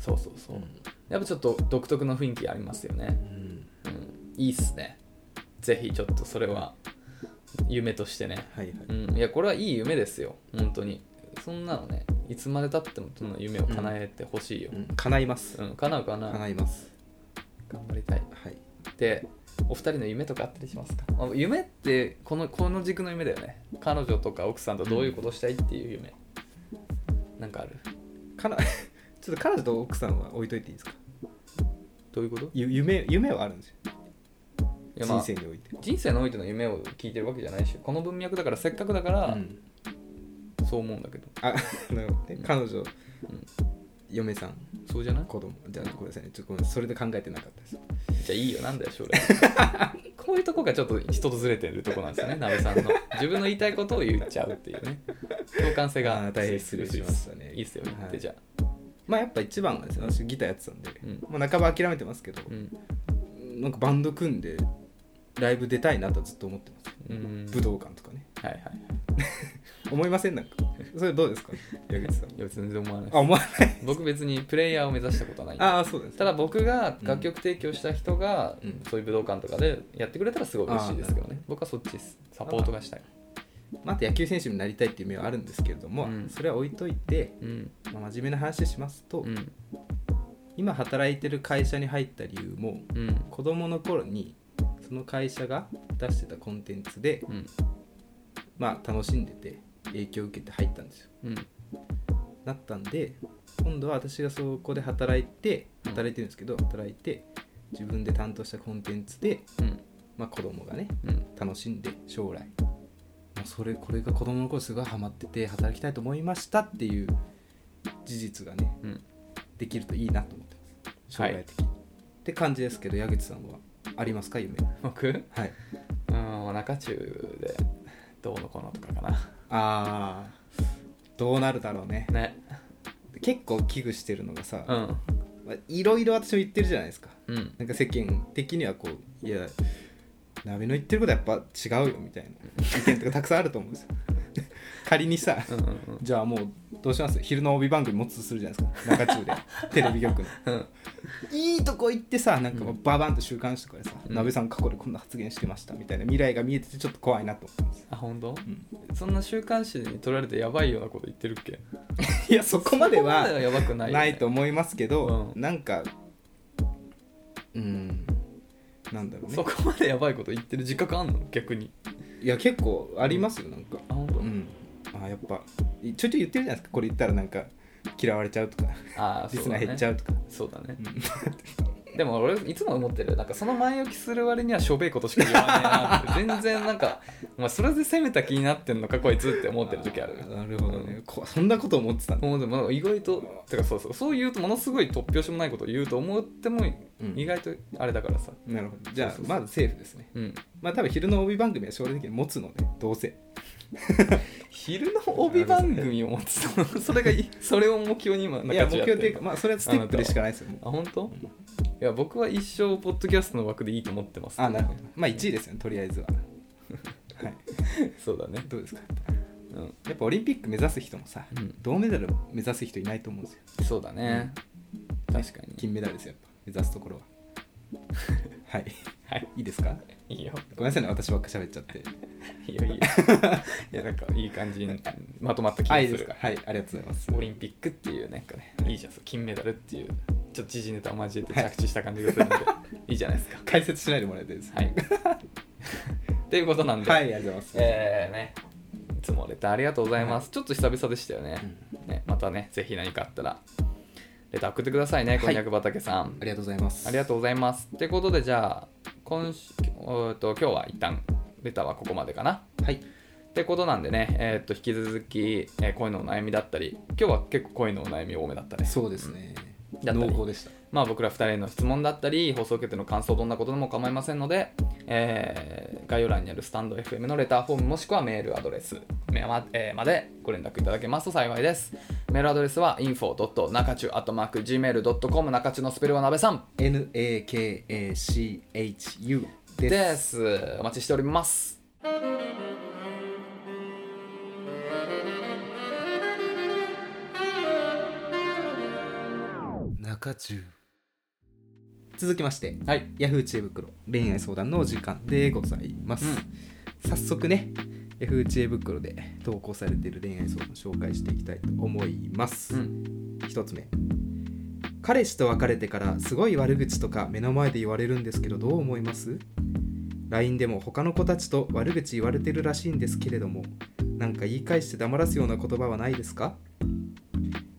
そうそうそう、
うん
やっぱちょっと独特の雰囲気ありますよね、
うん
うん、いいっすねぜひちょっとそれは夢としてね、
はいはい、
うん、いやこれはいい夢ですよ本当にそんなのねいつまでたってもその夢を叶えてほしいよ、
うん、叶います
うん、叶う叶う
叶います
頑張りたい
はい
でお二人の夢とかあったりしますかあ夢ってこのこの軸の夢だよね彼女とか奥さんとどういうことしたいっていう夢、なんかある
かな ちょっと彼女と奥さんは置いといていいですか
どういうことい
ゆ夢夢はあるんですよ
や、まあ
人生において、
人生においての夢を聞いてるわけじゃないしこの文脈だからせっかくだから
うん
そう思うんだけど、
あ なるほどね彼女、
ん
嫁さん
そうじゃない
子供じゃあごめんなさいねちょっとごめんそれで考えてなかったです
じゃあいいよなんだよ 将来こういうとこがちょっと人とずれてるとこなん ですよねなべさんの自分の言いたいことを言っちゃうっていうね共感性
あ
が
ー大変失礼しましたね
いいっすよ言って、
はい
じゃあ
まあやっぱ一番はですね私ギターやってたんで、
うん
まあ、半ば諦めてますけど、
うん
なんかバンド組んでライブ出たいなとはずっと思ってます、
うん
武道館とかね
はいはい
思いませんなん かそれどうですか矢口さん
いや別に全然思わな
あ
いです
思わない
僕別にプレイヤーを目指したことはない
ああそうです
ただ僕が楽曲提供した人が、
うん
そういう武道館とかでやってくれたらすごい嬉しいですけど
あーなる
ね僕はそっちですサポートがしたい
まあ、あと野球選手になりたいっていう夢はあるんですけれども、
うん
それは置いといて、
うん
まあ、真面目な話しますと、
うん
今働いてる会社に入った理由も
うん
子供の頃にその会社が出してたコンテンツで、
うん
まあ、楽しんでて影響を受けて入ったんですよ
うん
なったんで今度は私がそこで働いて働いてるんですけど働いて自分で担当したコンテンツで、
うん
まあ、子供がね
うん
楽しんで将来もうそれこれが子供の頃すごいハマってて働きたいと思いましたっていう事実がね
うん
できるといいなと思ってます将来的に、って感じですけど矢口さんはありますか夢
僕
はい
うん中中でどうのこうのとかかな
あーどうなるだろうね
ね
結構危惧してるのがさ、
うん
まあいろいろ私も言ってるじゃないですか
うん
なんか世間的にはこういや鍋の言ってることはやっぱ違うよみたいな意見とかたくさんあると思うんですよ 仮にさ
うんうん
じゃあもうどうします昼の帯番組持つとするじゃないですか中中でテレビ局の
うん
いいとこ行ってさなんか
う
ババンと週刊誌とかでさ、
うん
鍋さん過去でこんな発言してましたみたいな未来が見えててちょっと怖いなと思ってます、
あ本当
うん、
そんな週刊誌に撮られてやばいようなこと言ってるっけ
いやそこまで
そこ
は
やばくないよね
ないと思いますけど、
う
なんかうんなんだろう
そ
ね
こまでやばいこと言ってる自覚あんの逆に
いや結構ありますよなんか
あ本当
うん、あーやっぱいちょいちょい言ってるじゃないですかこれ言ったらなんか嫌われちゃうとか
ああ
リ
そ
ス
う
ナ
だ
ー減っち
ね
ゃうとか
そうだね
うん
でも俺いつも思ってるなんかその前置きする割にはしょべえことしか言わないなって全然なんかお前それで責めた気になってんのかこいつって思ってる時ある
ーなるほどね、こそんなこと思ってたんだ
もうでも意外とてかそうそうそう言うとものすごい突拍子もないことを言うと思っても
うん
意外とあれだからさ
なるほどじゃ
そうそうそ
あまずセーフですね
うん
まあ多分昼の帯番組は将来的に持つのでどうせ
昼の帯番組を持つのそれがいそれを目標に今
いや目標
っ
と
て
いうかまあそれはステップでしかないですよもう
あ本当、いや僕は一生ポッドキャストの枠でいいと思ってます
あなるほどまあ1位ですよねとりあえ ずははい
そうだね
どうですか
うん
やっぱオリンピック目指す人もさ、
うん
銅メダル目指す人いないと思うんですよ
そうだね、確かに
金メダルですよやっぱ目指すところ ははい
はい
いいですか
いいよ
ごめんなさいね私ばっか喋っちゃって
いいよいいよ いやなんかいい感じにまとまった気が
は
す
い
る
ですかはいありがとうございます
オリンピックっていうなんかねいいじゃんそう金メダルっていうちょっと時事ネタを交えて着地した感じがするんで、い、いじゃないですか
解説しないでもらいたいです
はい っていうことなんで、
はいありがとうございます、
えーねいつもレターありがとうございます、ちょっと久々でしたよね,、ねまたねぜひ何かあったらレター送ってくださいね
い
こんにゃく畑さん、
ありがとうございます
ありが
と
とうございますってことでじゃあ今週えっと今日は一旦レターはここまでかな
うはい
ってことなんでね、えーっと引き続き、えー恋のお悩みだったり今日は結構恋のお悩み多めだったね
そうですね、
だった
濃
り
厚でした
まあ僕ら2人への質問だったり放送を受けての感想どんなことでも構いませんので、えー概要欄にあるスタンド FM のレターフォームもしくはメールアドレスま,、えーまでご連絡いただけますと幸いですメールアドレスは info.nakachu.gmail.com 中中のスペルはなべさん
NAKACHU です
ですお待ちしております
中中続きまして
はい
ヤフー知恵袋恋愛相談のお時間でございます、
うん
早速ね F 知恵袋で投稿されている恋愛相談を紹介していきたいと思います、
うん
1つ目彼氏と別れてからすごい悪口とか目の前で言われるんですけどどう思います ?LINE でも他の子たちと悪口言われてるらしいんですけれどもなんか言い返して黙らすような言葉はないですか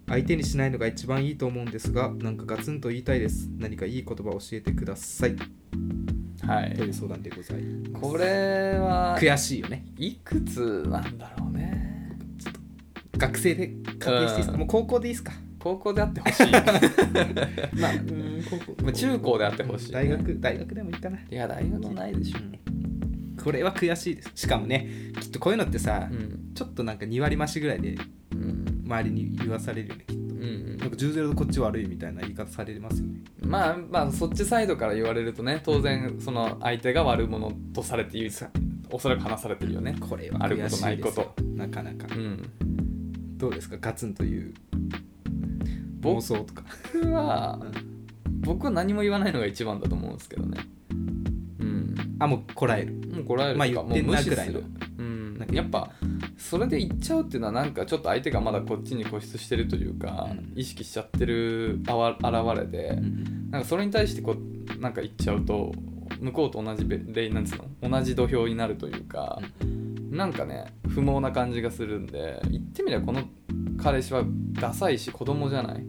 相手にしないのが一番いいと思うんですがなんかガツンと言いたいです何かいい言葉教えてください
はい
という相談でございます
これは
悔しいよね
いくつなんだろうね
学生で仮定していいですか
うん
もう高校でいいですか
高校であってほしい
まあうん高校
まあ中高であってほしいね
大学大学でもいいかない
や大学ないでしょ、
これは悔しいですしかもねきっとこういうのってさ、
うん
ちょっとなんか2割増しぐらいで
うん
周りに言わされるよねきっ
う
と、
ん
なんか10ゼロでこっち悪いみたいな言い方されますよね
まあまあそっちサイドから言われるとね当然その相手が悪者とされているおそらく話されてるよね
これは
ある
悔
こと
しいです
ないこ
よなかなか
うん
どうですかガツンという
僕
妄想とか
僕は僕は何も言わないのが一番だと思うんですけどねうん
あもうこらえる
もうこらえる
まあ
とか、
言ってん
もう
な
無視
ぐら
す
いの
る、うん
なん、か
やっぱそれで行っちゃうっていうのはなんかちょっと相手がまだこっちに固執してるというか、
うん
意識しちゃってるあわ現れで、なんかそれに対してこうなんか言っちゃうと向こうと同じべでなんつうの同じ土俵になるというか、なんかね不毛な感じがするんで言ってみればこの彼氏はダサいし子供じゃない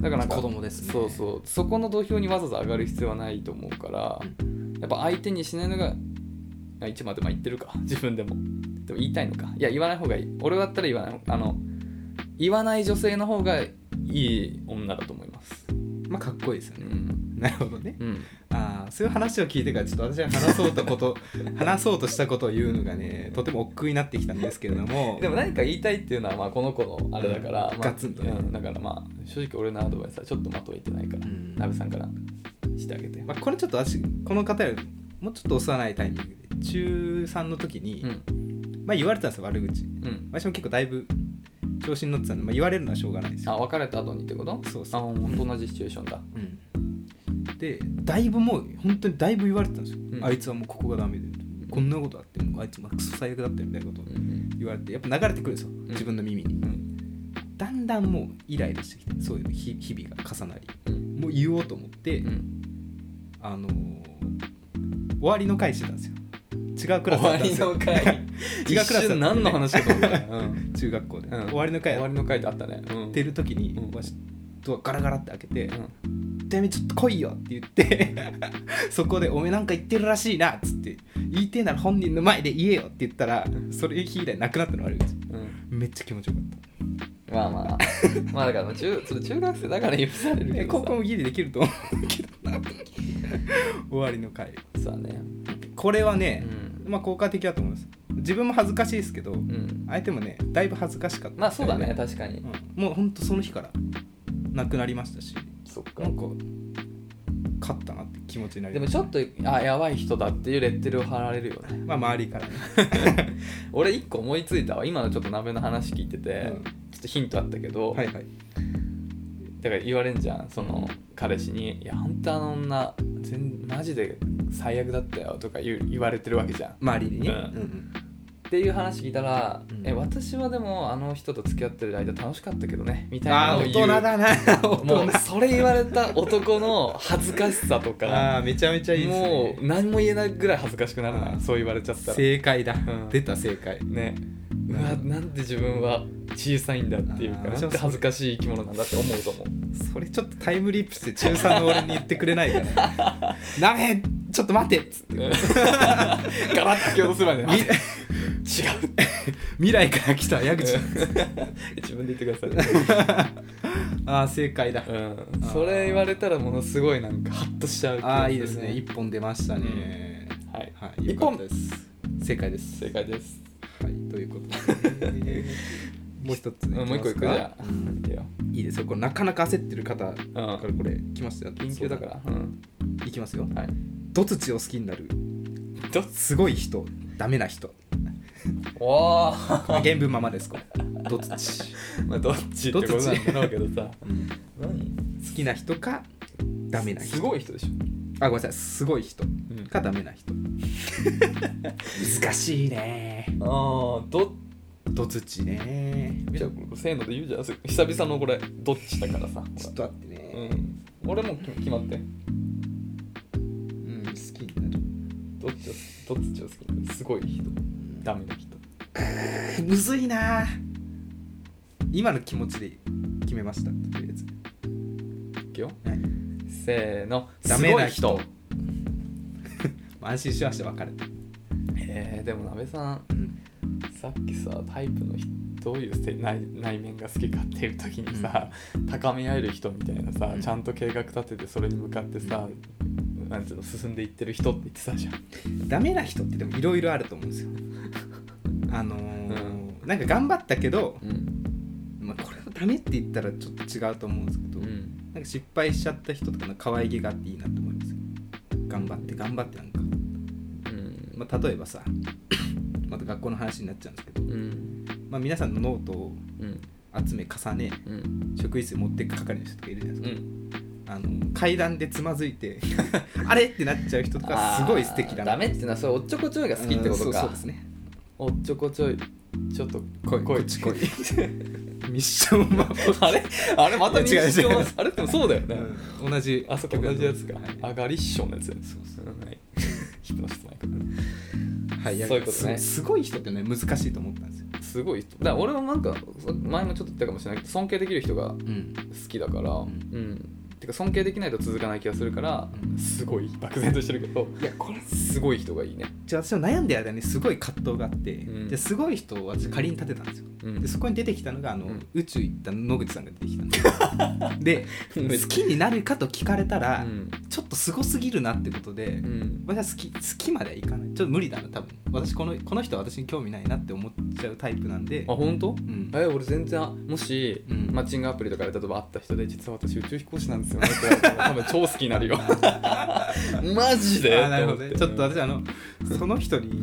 だからなんか
子供ですね
そうそうそこの土俵にわざわざ上がる必要はないと思うから、やっぱ相手にしないのがあ一応までも言ってるか自分でもでも言いたいのかいや言わない方がいい俺だったら言わない方あの言わない女性の方がいい女だと思います
まあかっこいいですよ
う
ね、
ん
なるほどね
うん
ああそういう話を聞いてからちょっと私は話そうとこと話そうとしたことを言うのがねとても億劫になってきたんですけれども
でも何か言いたいっていうのはまあこの子のあれだから、
うん
まあ
ガツンとね
うんだからまあ正直俺のアドバイスはちょっとまとえてないから、
うん
鍋さんからしてあげて、
まあ、これちょっと私この方よりもうちょっと幼いタイミングで中3の時に、
うん
まあ、言われてたんですよ悪口
うん
私も結構だいぶ調子に乗ってたんで、まあ、言われるのはしょうがないです
あ
よ、
別れた後にってこと
そうそう
あ本当同じシチュエーションだ
うんでだいぶもう本当にだいぶ言われてたんですよ、
うん
あいつはもうここがダメでこんなことあってもうあいつまあクソ最悪だったよみたいなことを
うん
言われてやっぱ流れてくるんですよ自分の耳に、
うん
だんだんもうイライラしてきてそういう日日々が重なり
うん
もう言おうと思って、
うん
あのー終わりの会してたんですよ違うクラス
終
だ
わ
ったんで
り
すよ
の回
違うクラスだったんで
一瞬何の話かと思ったよ、うん
中学校で、
うん
終わりの会
終
や
わ
っ
りの回ってあったね、うん
てる時に、
うん
わしドアガラガラって開けて
うん
「てめえちょっと来いよ」って言って そこで「おめえなんか言ってるらしいな」っつって「言いてえなら本人の前で言えよ」って言ったらそれ以来なくなったの悪いです
うん
めっちゃ気持ちよかった
まあま あまあだから中それ中学生だから許されるけ
え
ど
高
さ
校もギリできると思うけどな 終わりの会
そうだね
これは
う
ね、
ん、
まあ効果的だと思います自分も恥ずかしいですけど、
うん、
相手もねだいぶ恥ずかしかった
まあそうだね確かに、
うんもうほんとその日からなくなりましたし
そっか
なんか勝ったなって気持ちになり
で
ま
も
し
ちょっとあやばい人だっていうレッテルを貼られるよね
たまあ周りからね、
俺一個思いついたわ今のちょっと鍋の話聞いてて、
うん
ちょっとヒントあったけど、
はいはい
だから言われんじゃんその彼氏に「いや本当あの女全マジで最悪だったよ」とか言う言われてるわけじゃん。
周りにね、
うん
うん
っていう話聞いたら「
うん
え私はでもあの人と付き合ってる間楽しかったけどね」みたいな
ああ
のを
大
言
人
う
だな
も
大
う
人
それ言われた男の恥ず かしさとか
ああめちゃめちゃいいです
も
ね
う何も言えないぐらい恥ずかしくならな
あ
い
ー
そう言われちゃったら
正解だ、
ん
出た正解
ねうわなんで自分は小さいんだっていう
あ
か
ー
なんて恥ずかしい生き物なんだって思うと思う
それちょっとタイムリープして中3の俺に言ってくれないかなダメちょっと待てっつって
ガラッと強度するまでね
み
違う
未来から来た矢口
自分で言ってください、
ああ正解だ
うん、それ言われたらものすごいなんかハッとしちゃう気が
ああ
る
いいですね一本出ましたね、
はい、
はい、
一本
よかったです正解です
正解です
はいということ でもう一つ
うんもう一個いくじゃあ、
うん
いいよ
いいですよこれなかなか焦ってる方からこれ来ましたよ
緊急だからうん
いきますよ
はい
どつちを好きになる
どっ
すごい人ダメな人
おー
原文ままですこれどつち、
まあどっちってことなんだろうけどさ
うん
何
好きな人かダメな人
すごい人でしょ
あごめんなさいすごい人
うん
かダメな人難しいね
ああどっ
どつちね
ちゃせーので言うじゃん久々のこれどっちだからさほら
ちょっと待って
う
ね
ん俺も決決まって
うん好きになる
どっちをどっちを好きなのすごい人ダメな人
むずいな今の気持ちで決めましたとりあえず
いくよ
はい
せーの
ダメな
すごい
人安心しました別れて、
えー、でもなべさん
うん、
さっきさタイプの人どういうせ内内面が好きかっていう時にさ、高め合える人みたいなさ、
うん
ちゃんと計画立ててそれに向かってさ、なんていうの進んでいってる人って言ってたじゃん
ダメな人ってでもいろいろあると思うんです よあのーなんか頑張ったけど、
うん
まあ、これをダメって言ったらちょっと違うと思うんですけど、
うん
なんか失敗しちゃった人とかの可愛げがあっていいなと思いますよ頑張って頑張ってなんか、
うん
まあ、例えば さまた学校の話になっちゃうんですけど、
うん
まあ、皆さんのノートを
うん
集め重ね
うん
職員室に持っていく係の人とかいるじゃないです
う
か、
ん
あの階段でつまずいて あれってなっちゃう人とかすごい素敵だな
ダメってのはそれおっちょこちょいが好きってこと
うんそうそう
か
ですね
おっちょこちょいちょっと
恋
恋
恋ミッションマン
あれあれまた
いや違う
認識を
違う
あれでもそうだよね、
うん同じ
あそこ同じやつか
はい、
あガリッションのやつそうそうはい 人の人ないか
はい、
そういうことね
すすごい人ってね難しいと思ったんですよ、
らすごい人だから俺もなんかそ前もちょっと言ったかもしれないけど尊敬できる人が
う
好
ん、
きだからうんんてか尊敬できないと続かない気がするから
うん
すごい漠然としてるけど
いやこれ
すごい人がいいね
じゃあ私も悩んでる間にすごい葛藤があって、
うん
ですごい人を私仮に立てたんですよ
うん
でそこに出てきたのがあの、
うん
宇宙行った野口さんが出てきたん ですで好きになるかと聞かれたら、
うん
ちょっとすごすぎるなってことで、
うん
私は好き好きまではいかないちょっと無理だな多分私このこの人は私に興味ないなって思っちゃうタイプなんで
あ本当
うん
え俺全然もし、
うん
マッチングアプリとかで例えば会った人で実は私宇宙飛行士なんですよね って言われたら多分超好きになるよ マジで
あなるほどねち
と
ょっ
思
と私あのその人に、
う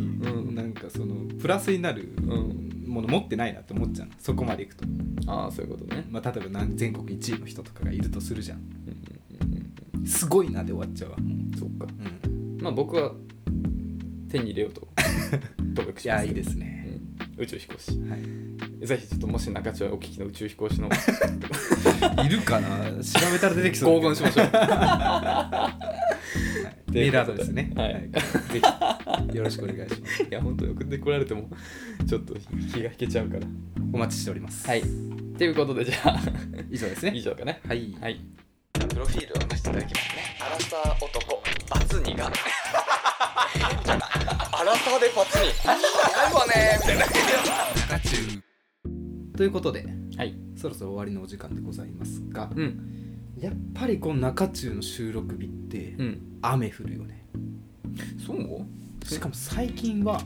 ん
なんかそのプラスになる
ん
もの持ってないなって思っちゃうのそこまでいくと、
ああそういうことね
まあ、例えばなん全国1位の人とかがいるとするじゃん
うんうんうん
すごいなで終わっちゃうわ、
うんそっか
うん、
まあ僕は手に入れよう と努力
い
しま
や
す
いい
けど
ですね、
うん宇宙飛行士
はい
ぜひちょっともし中地をお聞きの宇宙飛行士 の
いるかな調べたら出てきそう
合コンしましょう
はいメールアドレスね
はい
ぜひよろしくお願いします
いや本当に送ってこられてもちょっと気が引けちゃうから
お待ちしております
はいということでじゃあ
以上です
以
ね
上かね
はい
はい。プロフィールを出していただきますね。アラサー男、バツ2が。アラサーでバツ2。やばねみたいな。
ということで
はい。
そろそろ終わりのお時間でございますが
うん。
やっぱりこの中中の収録日って
うん。
雨降るよね
そう
しかも最近は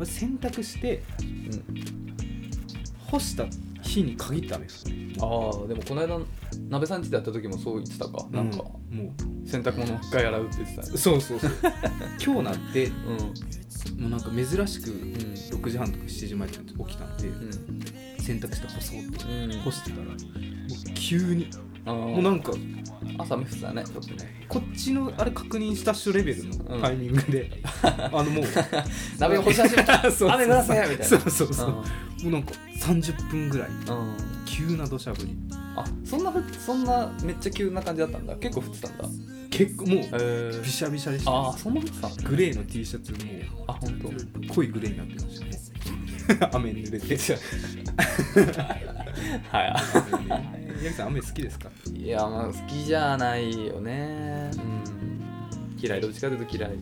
うん。
洗濯して干した日に限って雨降る
ああ、でもこの間、鍋さんちでやった時もそう言ってたか。なんか、
うんも
洗濯物を一回洗うって言ってた
う。そうそう そう今日なって
うん。
もうなんか珍しく
うん。
6時半とか7時前とかに起きたんで、
うん。
洗濯して干そうって
うん
干してたらもう急に
あ
もうな
なん
か
朝雨降ってたね、ちょっとね。
こっちのあれ確認したっしょレベルのタイミングで、 あのもう
鍋を干し 始めた。
そうそうそう
雨降らせみたいな
そうそうそう、も
う
うなんか30分ぐらい
ん。うん
急な土砂降り
あそんなふそんなめっちゃ急な感じだったんだ結構降ってたんだ
結構もう
え
びしゃびしゃでした
ああそんな降ってたんだ
グレーの T シャツも
あ本当。
う濃いグレーになってましたね 雨に濡れて
は
ヤギさん雨好きですか
いいやまあ好きじゃないよねうん嫌いどっちかというと嫌い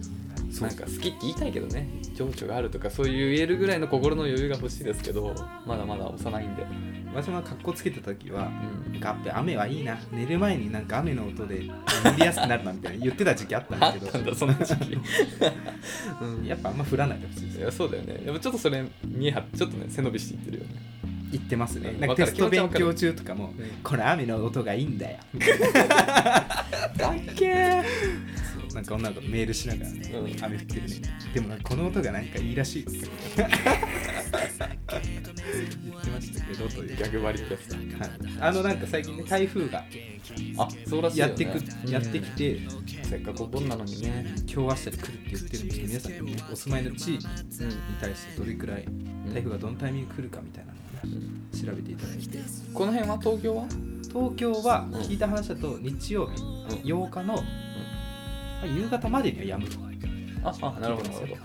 そう
なんか好きって言いたいけどね情緒があるとかそういう言えるぐらいの心の余裕が欲しいですけどまだまだ幼いんで
私も格好つけてた時は
うん
やっぱ雨はいいな寝る前になんか雨の音で眠りやすくなるなみたいな言ってた時期あったん
あ
だ
っ
け
たん
ど
だその時期うんい
やっぱあんま降らないでほしいです
やそうだよねやっぱちょっとそれ見えはちょっとね背伸びしていってるよね
言ってますね
うん
なんか
わ
テ
か
ス
る
ト勉
気持ちは
強
わ
中とかも
うん
これ雨の音がいいんだよ
だっけ
なんか女の子とメールしながらね、
うん
雨降ってるねでもなんかこの音がなんかいいらしいよ言ってましたけどという
逆張りってやつだ
はいあのなんか最近ね台風が
あそうらしいよ
や
ね
ってく、やってきて、
うん
せっかくお盆なのにね今日明日に来るって言ってるんですけど皆さん、ね、お住まいの地域に対してどれくらい台風がどのタイミング来るかみたいなのをね
うん
調べていただいて
この辺は東京は
東京は
うん
聞いた話だと日曜日
うん
8日のまあ夕方までにはやむと
ああなるほどなるほ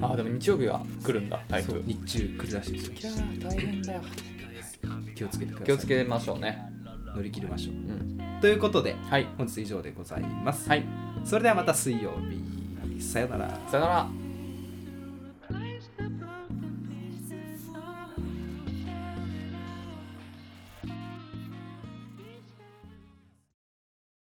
どあでも日曜日は来るんだ台
そ
風
う日中来るらしいですよ
いやー大変だよ
気をつけてください
気をつけましょうね
乗り切りましょ
うん
うということで
はい
本日以上でございます、
はい
それではまた水曜日さよなら
さよなら